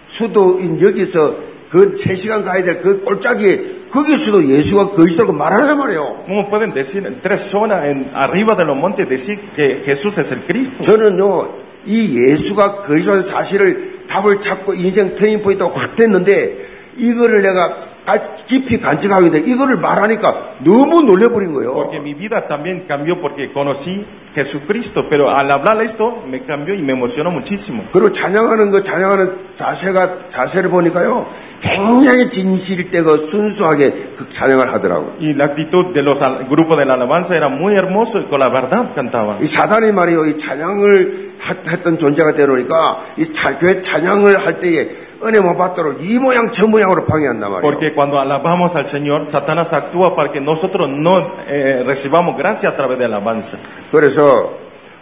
B: 수도인 여기서 그 3시간 가야 될 그 꼴짝이 거기서도 예수가 거짓다고 말하란 말이에요.
C: ¿Cómo pueden decir en tres horas en, arriba de los montes decir que Jesús es el Cristo?
B: 저는요, 이 예수가 거짓한 사실을 답을 찾고 인생 터닝포인트가 확 됐는데, 이거를 내가 가- 깊이 간직하게 돼. 이거를 말하니까 너무 놀래버린 거예요.
C: Porque mi vida también cambió porque conocí Jesucristo, pero al hablar esto me cambió y me emocionó muchísimo.
B: 그리고 찬양하는 거, 찬양하는 자세가, 자세를 보니까요, 굉장히 진실되고 순수하게 그 찬양을 하더라고요.
C: Y la actitud de los al- grupos de la alabanza era muy hermoso y con la verdad cantaban.
B: 이 사단이 말이요, 이 찬양을 했- 했던 존재가 되니까, 이 자, 교회 찬양을 할 때에 은혜 못 받도록 이 모양 저 모양으로 방해한단 말이에요.
C: Porque cuando alabamos al Señor, Satanás actúa para que nosotros no eh, recibamos gracia a través de alabanza.
B: 그래서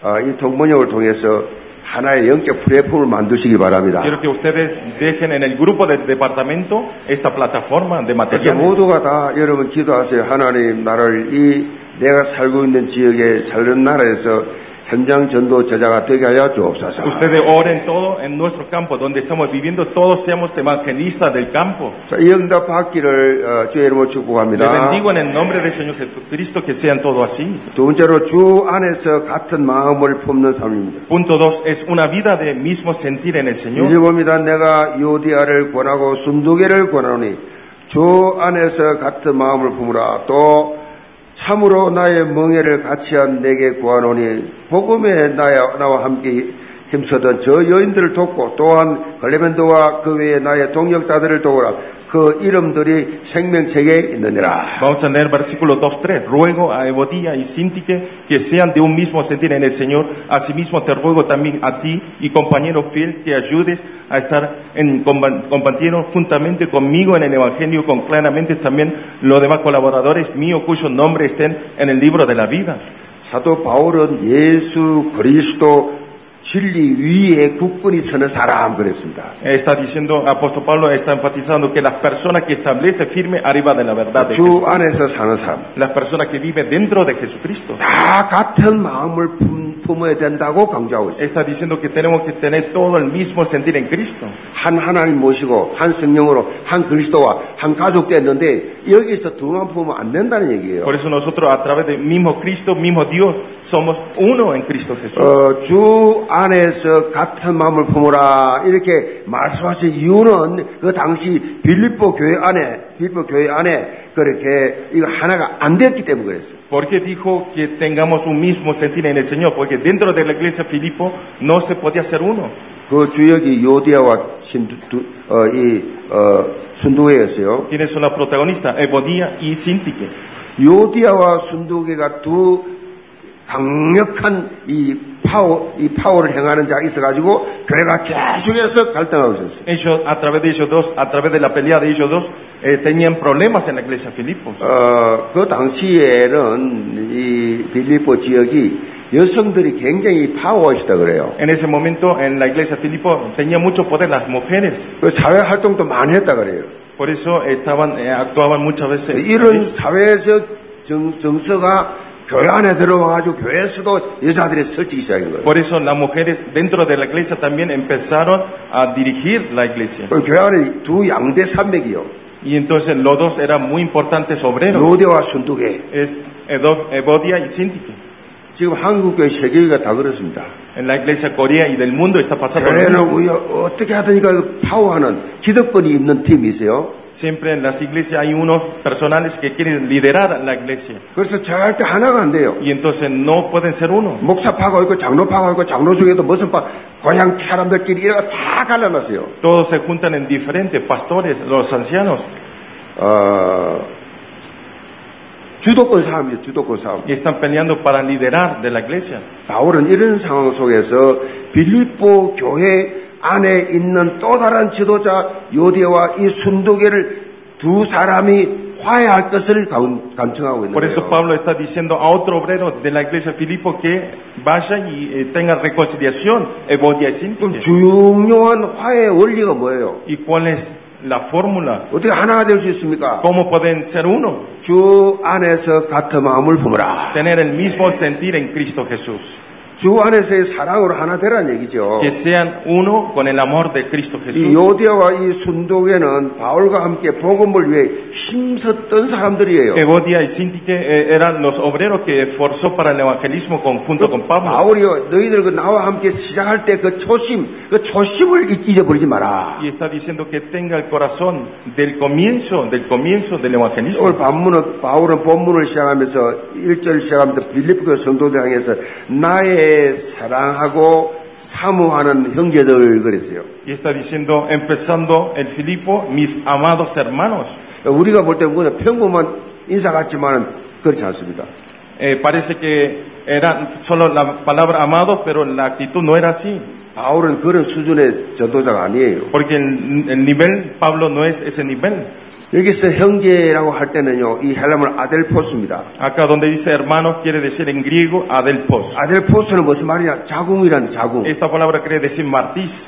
B: 어, 이 동번역을 통해서 하나의 영적 플랫폼을 만드시기 바랍니다.
C: Quiero que ustedes dejen en el grupo del departamento esta plataforma de
B: 그래서
C: materiales.
B: 모두가 다 여러분 기도하세요. 하나님 나를 이 내가 살고 있는 지역에 살는 나라에서 현장 전도 제자가 되게 하여 주옵소서.
C: Ustedes oren todo en nuestro campo, donde estamos viviendo, todos seamos evangelistas del campo.
B: 자, 이 응답 받기를 어, 주의 이름으로
C: Le
B: 축복합니다.
C: bendigo en el nombre del Señor Jesucristo que sean todo así.
B: 두 번째로 주 안에서 같은 마음을 품는 삶입니다.
C: Punto dos es una vida de mismo sentir en el Señor.
B: 이제 봅니다. 내가 요디아를 권하고 순두개를 권하노니 주 안에서 같은 마음을 품으라. 또 참으로 나의 멍에를 같이한 내게 구하노니 복음에 나야, 나와 함께 힘쓰던 저 여인들을 돕고 또한 글레멘도와 그 외에 나의 동역자들을 도우라. 그 이름들이 생명책에 있느니라.
C: Vamos a leer versículo 2.3. Ruego a Ebodía y Sintique que sean de un mismo sentir en el Señor. Asimismo te ruego también a ti y compañero fiel que ayudes a estar en compa- compartiendo juntamente conmigo en el Evangelio con claramente también los demás colaboradores míos cuyos nombres estén en el libro de la vida.
B: 사도 바울은 예수 그리스도 진리 위에 굳건히 서는 사람 그랬습니다.
C: Está diciendo, apóstol Pablo está enfatizando que las personas que establece firme arriba de la verdad, de
B: 주
C: Jesús.
B: 안에서 사는 사람.
C: las personas que viven dentro de Jesucristo.
B: 다 같은 마음을 품, 품어야 된다고 강조하고 있어요.
C: Está diciendo que tenemos que tener todo el mismo sentir en Cristo.
B: 한 하나님 모시고 한 성령으로 한 그리스도와 한 가족 됐는데 여기서 둘만 품으면 안 된다는 얘기예요.
C: Por eso nosotros a través del mismo Cristo, mismo Dios, somos uno en Cristo Jesús.
B: 어, 주 안에서 같은 마음을 품으라 이렇게 말씀하신 이유는 그 당시 빌립보 교회 안에 빌립보 교회 안에 그렇게 이거 하나가 안 됐기 때문에 그랬어요.
C: Porque dijo que tengamos un mismo sentir en el Señor, porque dentro de la iglesia Filipo no se podía ser uno.
B: 그 주역이 요디아와 신두 어, 이 어, 순두회였어요.
C: ¿Quiénes son las protagonistas? Ebodía y Sintique.
B: 요디아와 순두개가 두 강력한 이 파워, 이 파워를 행하는 자가 있어가지고 교회가 계속해서 갈등하고 있었어요.
C: Ellos, a través de ellos dos, a través de la pelea de ellos dos, eh, tenían problemas en la iglesia de Filipos.
B: 어, 그 당시에는 이 빌리포 지역이 여성들이 굉장히 파워가 있다 그래요.
C: En ese momento, en la iglesia de Filipos tenía mucho poder las mujeres.
B: 그 사회 활동도 많이 했다 그래요.
C: Por eso estaban, eh, actuaban muchas veces.
B: 이런 사회적 정, 정서가 교회 안에 들어와가지고 교회에서도 여자들이 설치기 시작한 거예요.
C: Por eso las mujeres dentro de la iglesia también empezaron a dirigir la iglesia.
B: 그럼 교회 안에 두 양대 산맥이요.
C: Y entonces los dos eran muy importantes obreros.
B: 요대와 순두개.
C: Es Edo- Evodia y Sintique.
B: 지금 한국교회 세계가 다 그렇습니다.
C: En la iglesia Corea y del mundo está pasando lo
B: 교회는
C: mismo.
B: 우여, 어떻게 하든가 그 파워하는 기득권이 있는 팀이 있어요.
C: Siempre en las iglesias hay unos personales que quieren liderar la iglesia.
B: 그래서 절대 하나가 안 돼요.
C: Y entonces no pueden ser uno.
B: 목사파가 있고 장로파가 있고 장로 중에도 무슨 파 고향 사람들끼리 이래가 다 갈라놨어요.
C: Todos se juntan en diferentes pastores, los ancianos.
B: 어, 주도권 싸움이죠. 주도권 싸움.
C: Y están peleando para liderar de la iglesia.
B: 바울은 이런 상황 속에서 빌립보 교회 안에 있는 또 다른 지도자 요디와 이 순도계를 두 사람이 화해할 것을 간- 간청하고 있는
C: Por eso
B: 거예요.
C: Pablo está diciendo a otro obrero de la iglesia de Filipo que vaya y eh, tenga reconciliación, Evodia y Sintique.
B: 중요한 화해 원리가 뭐예요?
C: ¿Y cuál es la fórmula?
B: 어떻게 하나가 될 수 있습니까?
C: ¿Cómo pueden ser uno?
B: 주 안에서 같은 마음을 품으라.
C: Tener el mismo sentir en Cristo Jesús.
B: 주 안에서의 사랑으로 하나 되라는 얘기죠.
C: Que sean uno con el amor de Cristo
B: 이
C: Jesús.
B: 요디아와 이 순도계는 바울과 함께 복음을 위해 힘썼던 사람들이에요.
C: Evodia y Sintique eh, eran los obreros que esforzó para el evangelismo con- junto con Pablo.
B: 바울이요 너희들 그 나와 함께 시작할 때 그 초심 그 초심을 잊- 잊어버리지 마라.
C: Y está diciendo que tenga el corazón del comienzo, del comienzo del evangelismo.
B: 오늘 본문은 바울은 본문을 시작하면서 1절 시작하면서 빌립보 성도들 향해서 나의 사랑하고 사모하는 형제들 그랬어요.
C: Y está diciendo, empezando el Filipo, mis amados hermanos.
B: 우리가 볼 때는 그냥 평범한 인사 같지만 그렇지 않습니다.
C: Eh, parece que era solo la palabra amado, pero la actitud no era así.
B: 바울은 그런 수준의 전도자가 아니에요.
C: Porque el, el nivel, Pablo no es ese nivel.
B: 여기서 형제라고 할 때는요 이 헬라문 아델포스입니다.
C: Acá donde dice hermanos quiere decir en griego adelpos.
B: 아델포스는 무슨 말이냐? 자궁이라는 자궁.
C: Esta palabra quiere decir martiz.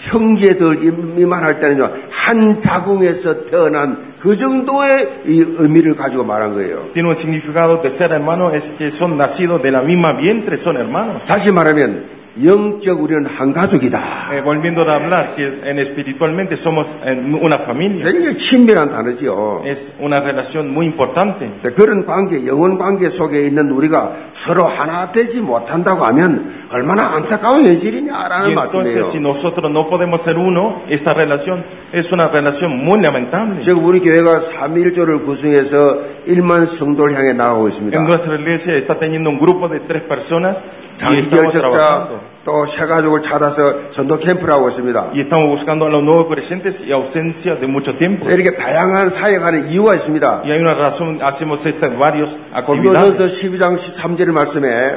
B: 형제들 이 말할 때는요 한 자궁에서 태어난 그 정도의 이 의미를 가지고 말한 거예요.
C: Tiene un significado de ser hermano, es que son nacidos de la misma vientre, son hermanos.
B: 다시 말하면 영적 우리는 한 가족이다.
C: Eh, volviendo a hablar, que en espiritualmente somos en una familia.
B: 굉장히 친밀한 단어지요.
C: Es una relación muy importante.
B: 근데 그런 관계, 영혼 관계 속에 있는 우리가 서로 하나 되지 못한다고 하면 얼마나 안타까운
C: Y 예,
B: 현실이냐라는 말씀이에요.
C: entonces si nosotros no podemos ser uno, esta relación es una relación muy lamentable.
B: 지금 우리 교회가 3일조를 구성해서 1만 성도를 향해 나가고
C: En
B: 있습니다.
C: nuestra iglesia está teniendo un grupo de tres personas y
B: 장기
C: estamos trabajando.
B: 결석자 또 새 가족을 찾아서 전도 캠프를 하고 있습니다.
C: Y estamos buscando a los nuevos creyentes y ausencia de mucho tiempo.
B: 이렇게 다양한 사역하는 이유가 있습니다.
C: Y hay una razón, hacemos estas varias
B: 고린도전서
C: actividades.
B: 12장 13절 말씀에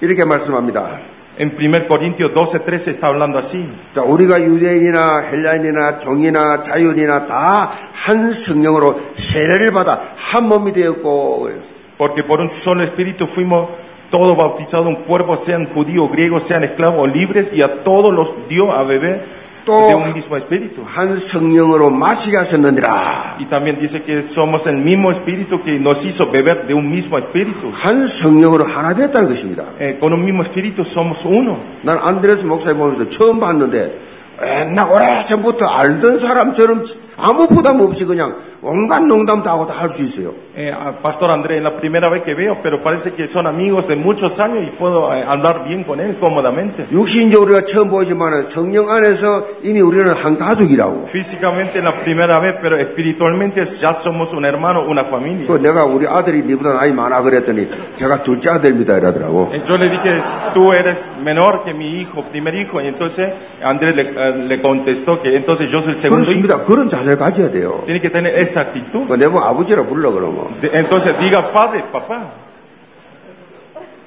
B: 이렇게 말씀합니다.
C: En 1 Corintios 12, 13 está hablando así.
B: 자, 우리가 유대인이나 헬라인이나 종이나 자유인이나 다 한 성령으로 세례를 받아 한 몸이 되었고
C: Porque por un solo espíritu fuimos todos bautizados en un cuerpo, sean judíos, griegos, sean esclavos o libres, y a todos los dio a beber
B: Todo.
C: de un mismo espíritu.
B: 한 성령으로 마시게 하셨느니라.
C: Y también dice que somos el mismo espíritu que nos hizo beber de un mismo espíritu.
B: 한 성령으로 하나 되었다는 것입니다.
C: Eh, con un mismo espíritu somos uno.
B: 난 안드레스 목사님 보면서 처음 봤는데 옛날 오래 전부터 알던 사람처럼 아무 부담 없이 그냥 온갖 농담 다 하고 다 할 수 있어요.
C: Eh, a Pastor Andrés, la primera vez que veo, pero parece que son amigos de muchos años y puedo eh, hablar bien con él cómodamente.
B: 육신적 우리가 처음 보이지만 성령 안에서 이미 우리는 한 가족이라고.
C: Físicamente la primera vez, pero espiritualmente ya somos un hermano, una familia.
B: 그 내가 우리 아들이 니보다 나이 많아 그랬더니 제가 둘째 아들입니다 이러더라고.
C: Eh, Yo le dije, tú eres menor que mi hijo, primer hijo, y entonces Andrés le, eh, le contestó que entonces yo soy el segundo hijo.
B: 그렇습니다. 그런 자세를 가져야 돼요. 뭐
C: Tiene que tener esa actitud.
B: 내보 아버지라 불러 그러면.
C: De- Entonces diga, padre, papá.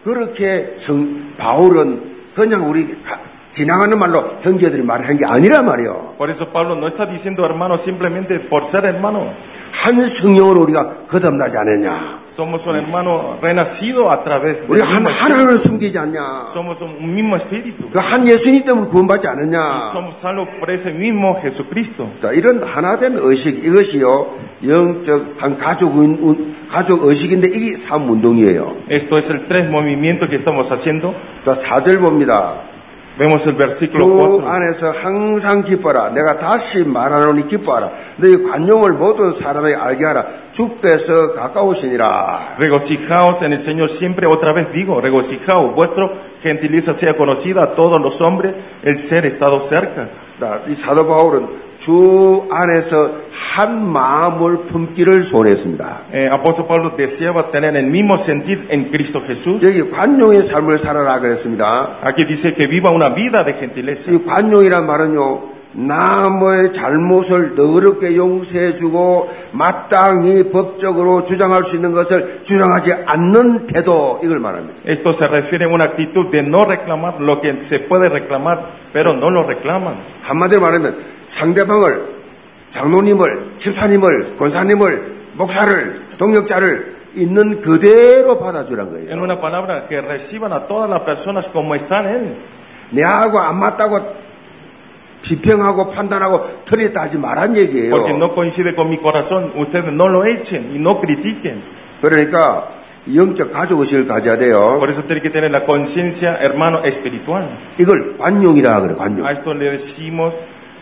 B: 그렇게 성- 바울은 그냥 우리 가- 지나가는 말로 형제들이 말한 게 아니라 말이요.
C: Por eso Pablo no está diciendo hermano simplemente por ser hermano.
B: 한 성령으로 우리가 거듭나지 않았냐.
C: Somos un hermano renacido a través de
B: 우리가 한 하나님을 숨기지 않냐.
C: Somos un mismo espíritu.
B: 그 한 예수님 때문에 구원받지 않았냐.
C: Somos salvos por ese mismo Jesucristo.
B: 자, 이런 하나된 의식 이것이요 영적 한 가족 운- 운- 가족 의식인데 이게 삶 운동이에요.
C: Esto es el tres movimiento que estamos haciendo.
B: 자, 4절 봅니다.
C: Vemos el versículo
B: 주
C: 4.
B: 안에서 항상 기뻐라. 내가 다시 말하노니 기뻐하라. 너희 관용을 모든 사람에게 알게 하라. 주께서 가까우시니라.
C: Regocijaos en el Señor siempre, otra vez digo, regocijaos, vuestro gentiliza sea conocida a todos los hombres, el ser estado cerca.
B: 자, 이 사도 바울은 주 안에서 한 마음을 품기를 소원했습니다.
C: Eh, apóstol Pablo deseaba tener el mismo sentir en Cristo Jesús.
B: 여기 관용의 삶을 살아라 그랬습니다.
C: Aquí dice que viva una vida de gentileza.
B: 이 관용이란 말은요, 남의 잘못을 너그럽게 용서해주고 마땅히 법적으로 주장할 수 있는 것을 주장하지 않는 태도 이걸 말합니다.
C: Esto se refiere a una actitud de no reclamar lo que se puede reclamar, pero no lo reclaman.
B: 한마디로 말하면 상대방을 장로님을 집사님을 권사님을 목사를 동역자를 있는 그대로 받아주란 거예요.
C: En una palabra, que reciban a todas las personas como están él.
B: 내하고 안 맞다고 비평하고 판단하고 틀렸다 하지 말란 얘기예요.
C: Porque no coincide con mi corazón, ustedes no lo echen y no critiquen.
B: 그러니까 영적 가족 의식을 가져야 돼요.
C: Por eso tiene que tener la conciencia, hermano, espiritual.
B: 이걸 관용이라 그래 관용.
C: A esto le decimos,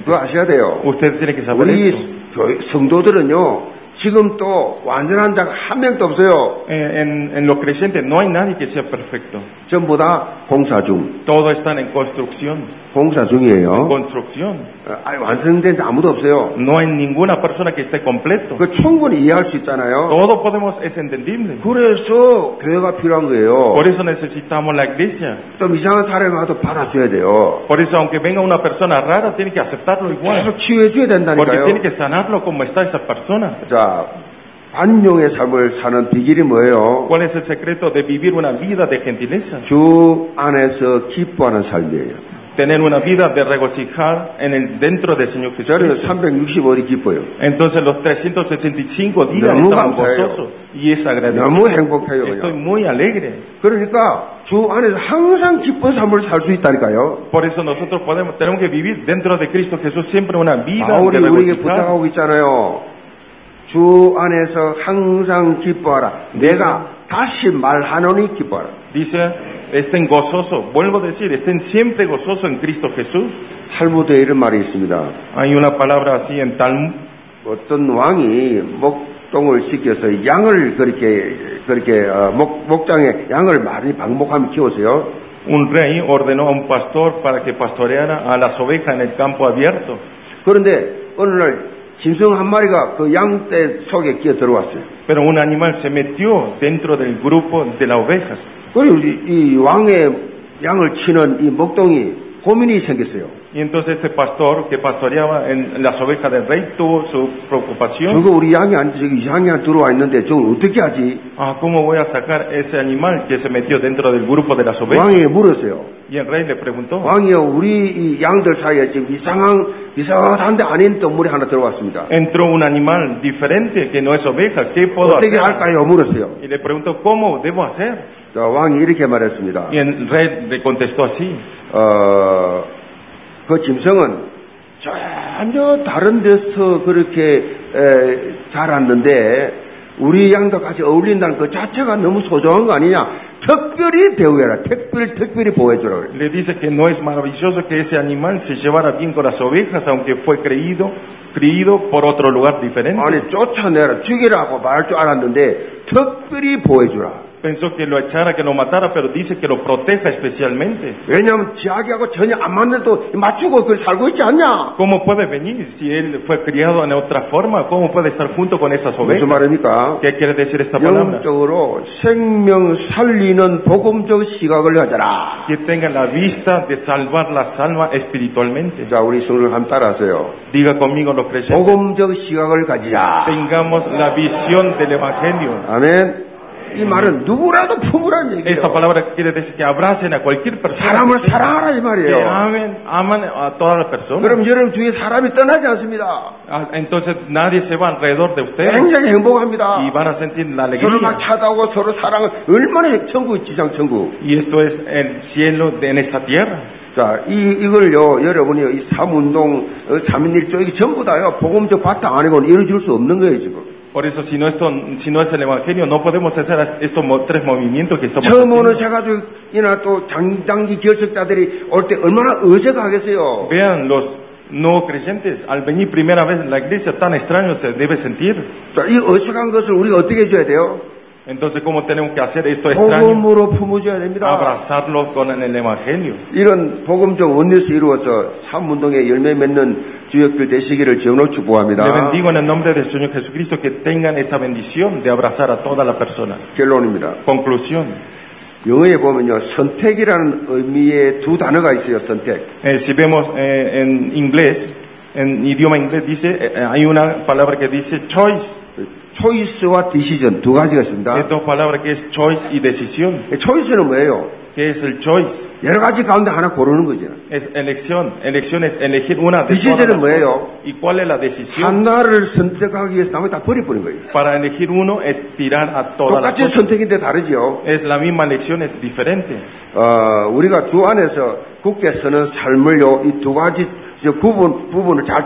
B: 그거 아셔야 돼요.
C: usted tiene que saber
B: 우리
C: esto.
B: 교- 성도들은요, 지금 또 완전한 자가 한 명도 없어요.
C: Eh, En, en los creyentes no hay nadie que sea perfecto.
B: 전부 다 공사 중,
C: Todos están en construcción,
B: 공사
C: 어,
B: 중이에요.
C: construcción.
B: 어, 아니, 완성된 자 아무도 없어요.
C: No hay ninguna persona que esté completo.
B: 그 충분히 이해할 수 있잖아요.
C: Todo podemos, es entendible.
B: 그래서 교회가 필요한 거예요.
C: Por eso necesitamos la iglesia.
B: 좀 이상한 사람이라도 받아줘야 돼요.
C: Por eso, aunque venga una persona rara, tiene que aceptarlo igual.
B: 계속 치유해줘야
C: Porque tiene
B: 된다니까요.
C: que sanarlo como está esa persona.
B: 자, 관용의 삶을 사는 비결이 뭐예요?
C: ¿Cuál es el secreto de vivir una vida de gentileza?
B: 주 안에서 기뻐하는 삶이에요.
C: Tener una vida de regocijar en el, dentro del Señor
B: 그 자리는
C: Jesucristo.
B: 365일이 기뻐요.
C: Entonces los 365 días
B: 너무
C: estamos
B: 감사해요.
C: gozosos y es agradecido.
B: 너무 행복해요.
C: Estoy
B: 그냥.
C: muy alegre.
B: 그러니까 주 안에서 항상 기쁜 삶을 살 수 있다니까요.
C: Por eso nosotros podemos, tenemos que vivir dentro de Cristo Jesús siempre una vida
B: 바울이
C: de
B: 우리에게
C: regocijar.
B: 부탁하고 있잖아요. 주 안에서 항상 기뻐하라. 내가 다시 말하노니 기뻐하라.
C: Dice, estén gozosos. Vuelvo a decir, estén siempre gozosos en Cristo Jesús.
B: 탈무드에 이런 말이 있습니다.
C: Hay una palabra así en Talmud.
B: 어떤 왕이 목동을 시켜서 양을 그렇게 그렇게 어, 목, 목장에 양을 많이 방목하면 키워서요.
C: Un rey ordenó a un pastor para que pastoreara a las ovejas en el campo abierto.
B: 그런데 어느 날 짐승 한 마리가 그 양떼 속에 끼어 들어왔어요.
C: Pero un animal se metió dentro del grupo de las ovejas.
B: 그리고 이, 이 왕의 양을 치는 이 목동이 고민이 생겼어요.
C: Y entonces este pastor que pastoreaba en las ovejas del rey tuvo su preocupación.
B: 저거 우리 양이 안, 저기 양이 안 들어와 있는데 저걸 어떻게 하지?
C: Ah, ¿cómo voy a sacar ese animal que se metió dentro del grupo de las ovejas?
B: 왕에게 물었어요.
C: Y el rey le preguntó,
B: 왕이요, 우리 이 양들 사이에 지금 이상한, 이상한데 아닌 동물이 하나 들어왔습니다.
C: entró un animal diferente que no es oveja, ¿qué puedo
B: 어떻게
C: hacer?
B: 할까요? 물었어요.
C: Y le preguntó, ¿cómo debo hacer?
B: 자, 왕이 이렇게 말했습니다.
C: Y el rey le contestó así,
B: 어, 그 짐승은 전혀 다른 데서 그렇게 에, 자랐는데 우리 양도 같이 어울린다는 그 자체가 너무 소중한 거 아니냐? 특별히 대우해라. 특별히 특별히 보호해주라. 그래.
C: le dice que no es maravilloso que ese animal se llevara bien con las ovejas, aunque fue creído, creído por otro lugar diferente.
B: 아니 쫓아내라, 죽이라고 말할 줄 알았는데 특별히 보호해주라.
C: Pensó que lo echara, que lo matara, pero dice que lo proteja especialmente.
B: 왜냐하면 지하기하고 전혀 안 맞는데도 맞추고 그걸 살고 있지 않냐?
C: ¿Cómo puede venir si él fue criado en otra forma? ¿Cómo puede estar junto con esas
B: 무슨
C: ovejas?
B: 말입니까?
C: ¿Qué quiere decir esta palabra?
B: 영적으로 생명 살리는 복음적 시각을 가져라.
C: Que tenga la vista de salvar la salva espiritualmente.
B: 자, 우리 성도를 한번 따라하세요.
C: Diga conmigo los creyentes.
B: 복음적 시각을 가지자.
C: Tengamos la visión del Evangelio.
B: 아멘. 이 말은 누구라도 품으란
C: Esta
B: 얘기예요.
C: palabra quiere decir que abracen a cualquier persona.
B: 사람을
C: que sea,
B: 사랑하라 이
C: que
B: 말이에요.
C: amen, aman a todas las personas.
B: 그럼 여러분 주위에 사람이 떠나지 않습니다.
C: Ah, Entonces nadie se va alrededor de ustedes
B: 굉장히
C: y
B: 행복합니다.
C: van a sentir la
B: 서로 막
C: alegría.
B: 찾아오고 서로 사랑을 얼마나 천국 지상 천국.
C: Y esto es el cielo de- en esta tierra.
B: 자, 이 이걸요 여러분이 이 삼운동 어, 삼인일조 이게 전부 다요 복음적 바탕 아니고는 이루어질 수 없는 거예요 지금.
C: Por eso, si no, esto, si no es el Evangelio, no podemos hacer estos mo- tres movimientos que estamos
B: 처음 오는
C: haciendo.
B: 새가족이나 또 장단기 결석자들이 올 때 얼마나 어색하겠어요.
C: Vean, los no creyentes, al venir primera vez en la iglesia, tan extraño se debe sentir.
B: 자, 이 어색한 것을 우리가 어떻게 해줘야 돼요?
C: Entonces, ¿cómo tenemos que hacer esto extraño?
B: 복음으로 품어줘야 됩니다.
C: Abrazarlo con el Evangelio.
B: 이런 복음적 원리에서 이루어서 삼운동에 열매 맺는 주역들 되시기를 지원으로
C: Le
B: 축복합니다.
C: bendigo en el nombre del Señor Jesucristo que tengan esta bendición de abrazar a todas las personas.
B: 결론입니다.
C: Conclusión.
B: 영어에 보면요, 선택이라는 의미의 두 단어가 있어요, 선택.
C: Eh, si vemos eh, en inglés, en idioma inglés, dice, eh, eh, hay una palabra que dice choice.
B: 초이스와 디시전 두 가지가
C: Hay
B: 있습니다.
C: dos palabras que es choice y decisión.
B: 초이스는 뭐예요?
C: ¿Qué es el choice?
B: 여러 가지 가운데 하나 고르는 거죠.
C: Es elección. Elección es elegir una de
B: Decision
C: todas las
B: es bueno.
C: cosas. ¿Y cuál es la decisión?
B: 하나를 선택하기 위해서 나머지 다 버려버린 거예요.
C: Para elegir uno es tirar a todas las
B: 똑같이
C: cosas.
B: 선택인데 다르죠.
C: Es la misma elección, es diferente.
B: 어, 우리가 주 안에서 굳게 서는 삶을요, 이 두 가지 저 구분, 부분을 잘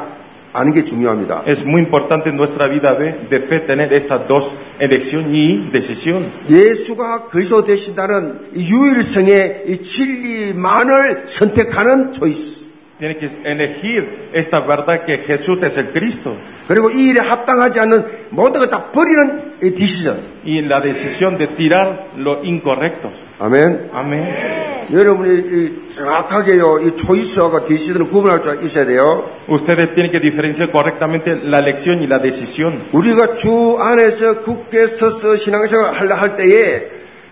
B: 아는 게 중요합니다.
C: Es muy importante en nuestra vida de, de fe tener estas dos, elección y decisión.
B: 예수가 그리스도 되신다는 이 유일성의 이 진리만을 선택하는 초이스.
C: Tiene que elegir esta verdad que Jesús es el Cristo.
B: 그리고 이 일에 합당하지 않는 모든 걸 다 버리는 이 디시전.
C: Y la decisión de tirar lo incorrecto.
B: 아멘.
C: Amén.
B: 여러분이 이 정확하게요, 이 초이스와 디시전을 구분할 줄 있어야 돼요.
C: Ustedes tienen que diferenciar correctamente la elección y la decisión.
B: 우리가 주 안에서 굳게 서서 신앙생활을 하려 할 때에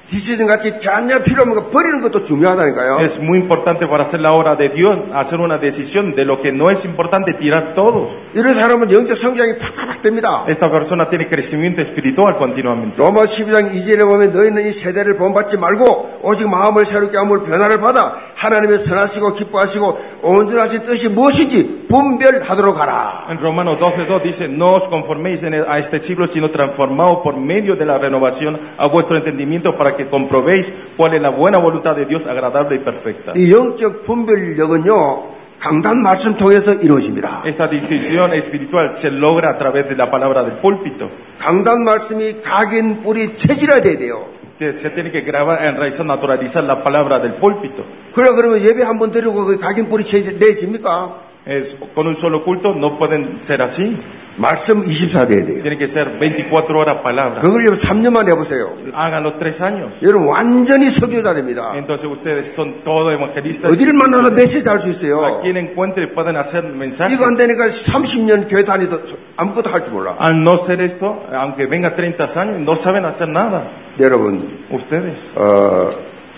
B: 디시전 같이 전혀 필요 없는 거 버리는 것도 중요하다니까요.
C: Es muy importante para hacer la obra de Dios, hacer una decisión de lo que no es importante, tirar todo.
B: 이런 사람은 영적 성장이 팍팍 됩니다.
C: Esta persona tiene crecimiento espiritual continuamente.
B: 로마 12장 2절에 보면 너희는 이 세대를 본받지 말고 오직 마음을 새롭게 함으로 변화를 받아 하나님의 선하시고 기뻐하시고 온전하신 뜻이 무엇인지 분별하도록 하라.
C: En Romanos 12.2 dice, no os conforméis en el- a este siglo, sino transformaos por medio de la renovación a vuestro entendimiento para que comprobéis cuál es la buena voluntad de Dios agradable y perfecta.
B: 이 영적 분별력은요 강단 말씀 통해서 이루어집니다.
C: Esta distinción espiritual se logra a través de la palabra del púlpito.
B: 강단 말씀이 각인 뿌리 체질화 돼야 돼요.
C: que Se tiene que grabar, enraizar, naturalizar la palabra del púlpito.
B: 그래 그러면 예배 한 번 드리고 그 각인 뿌리 체질 내집니까?
C: Es- con un solo culto no pueden ser así.
B: 말씀 24 돼야 돼요.
C: Tiene que ser 24 horas palabra.
B: 그걸 3년만 해보세요.
C: Háganlo tres años.
B: 여러분 완전히 석유자 됩니다.
C: Entonces ustedes son todos evangelistas.
B: 어디를 만나도 메시지 할 수
C: A
B: 있어요.
C: quien encuentre pueden hacer mensajes.
B: 이거 안 되니까 30년 교회 다니도 아무것도 할 줄 몰라.
C: Al no ser esto, aunque venga 30 años, no saben hacer nada.
B: 여러분,
C: Ustedes.
B: 어,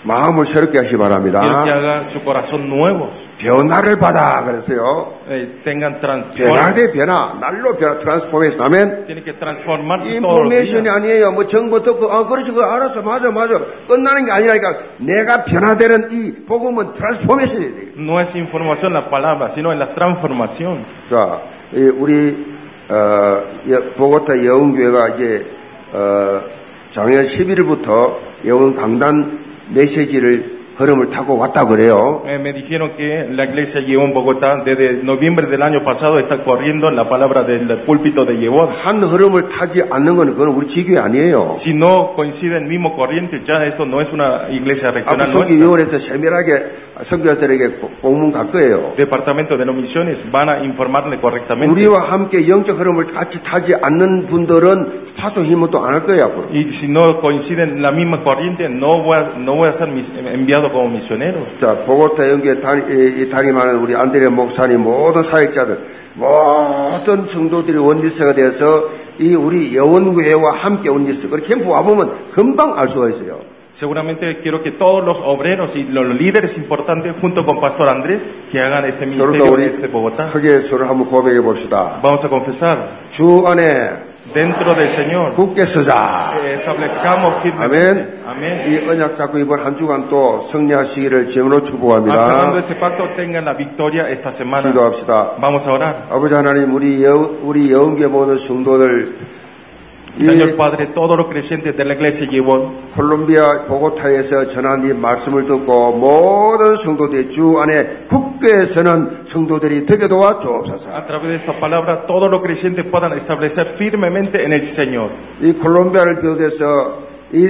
B: 마음을 새롭게 하시 기
C: Quiero que
B: 바랍니다.
C: hagan su corazón nuevos.
B: 변화를 받아 그랬어요.
C: Eh, tengan
B: 변화대
C: transformación.
B: 변화, 날로 변화, 트랜스포메이션. 아멘.
C: Tienen que transformarse todos los días.
B: 인포메이션이 아니에요. 뭐 정보 듣고, 아, 그렇지, 그거 알았어, 맞아, 맞아. 끝나는 게 아니라니까 내가 변화되는 이 복음은 트랜스포메이션이 돼요.
C: No es información la palabra, sino en la transformación.
B: 자, 이 우리 어, 여- 보고타 여운교회가 이제 어, 작년 11일부터 여운 강단 메시지를 흐름을 타고 왔다 그래요.
C: Eh, me dijeron que la iglesia Yevon en Bogotá desde noviembre del año pasado está corriendo la palabra del púlpito de Yevon.
B: 한 흐름을 타지 않는 건 그건 우리 지교회 아니에요.
C: Si no coincide el mismo corriente, ya esto no es una iglesia
B: 앞으로
C: regional nuestra.
B: 성교위원회에서 세밀하게 성교자들에게 고- 공문 갈 거예요.
C: Departamento de las misiones van a informarle correctamente.
B: 우리와 함께 영적 흐름을 같이 타지 않는 분들은 파송 힘은 또 안 할 거예요 앞으로.
C: Y si no coinciden la misma corriente, no voy a, no voy a ser mis- enviado como misionero.
B: 자, 보고타 연계 단이 단임하는 우리 안드레 목사님 모든 사역자들, 모든 성도들이 원리스가 돼서 이 우리 여원교회와 함께 원리스, 그리고 캠프 와보면 금방 알 수가 있어요.
C: Seguramente quiero que todos los obreros y los líderes importantes, junto con Pastor Andrés, que hagan este
B: 서로가
C: ministerio
B: 우리
C: en este Bogotá.
B: 크게 서로 한번 고백해 봅시다.
C: Vamos a confesar.
B: 주 안에
C: dentro del Señor.
B: 굳게 서자.
C: Que establezcamos firmemente.
B: 아멘.
C: Amén.
B: 이 언약 잡고 이번 한 주간 또 승리하시기를 제물로
C: Alzando
B: 아, 축복합니다.
C: este pacto, tengan la victoria esta semana.
B: 기도합시다.
C: Vamos a orar.
B: 아버지 하나님, 우리 여, 우리 여운계 모든 성도들 이
C: Señor Padre, todos los creyentes de la iglesia Gibón,
B: 콜롬비아 보고타에서 전한 이 말씀을 듣고 모든 성도들이 주 안에 굳게 서는 성도들이 되게 도와주옵소서.
C: a través de esta palabra, todos los creyentes puedan establecer firmemente en el Señor.
B: 이 콜롬비아를 비롯해서 이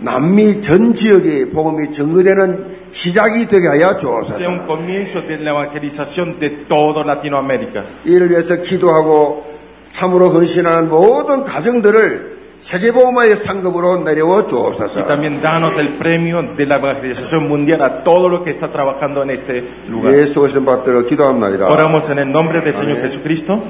B: 남미 전 지역에 복음이 전거되는 시작이 되게 하여
C: Sea
B: 주옵소서.
C: un comienzo de la evangelización de toda Latinoamérica.
B: 이를 위해서 기도하고 참으로 헌신하는 모든 가정들을 세계복음화의 상급으로 내려워
C: Y
B: 주옵소서.
C: también danos el premio de la evangelización mundial a todo lo que está trabajando en este lugar.
B: 예수 오신 받들어 기도합니다.
C: Oramos en el nombre del Señor Jesucristo.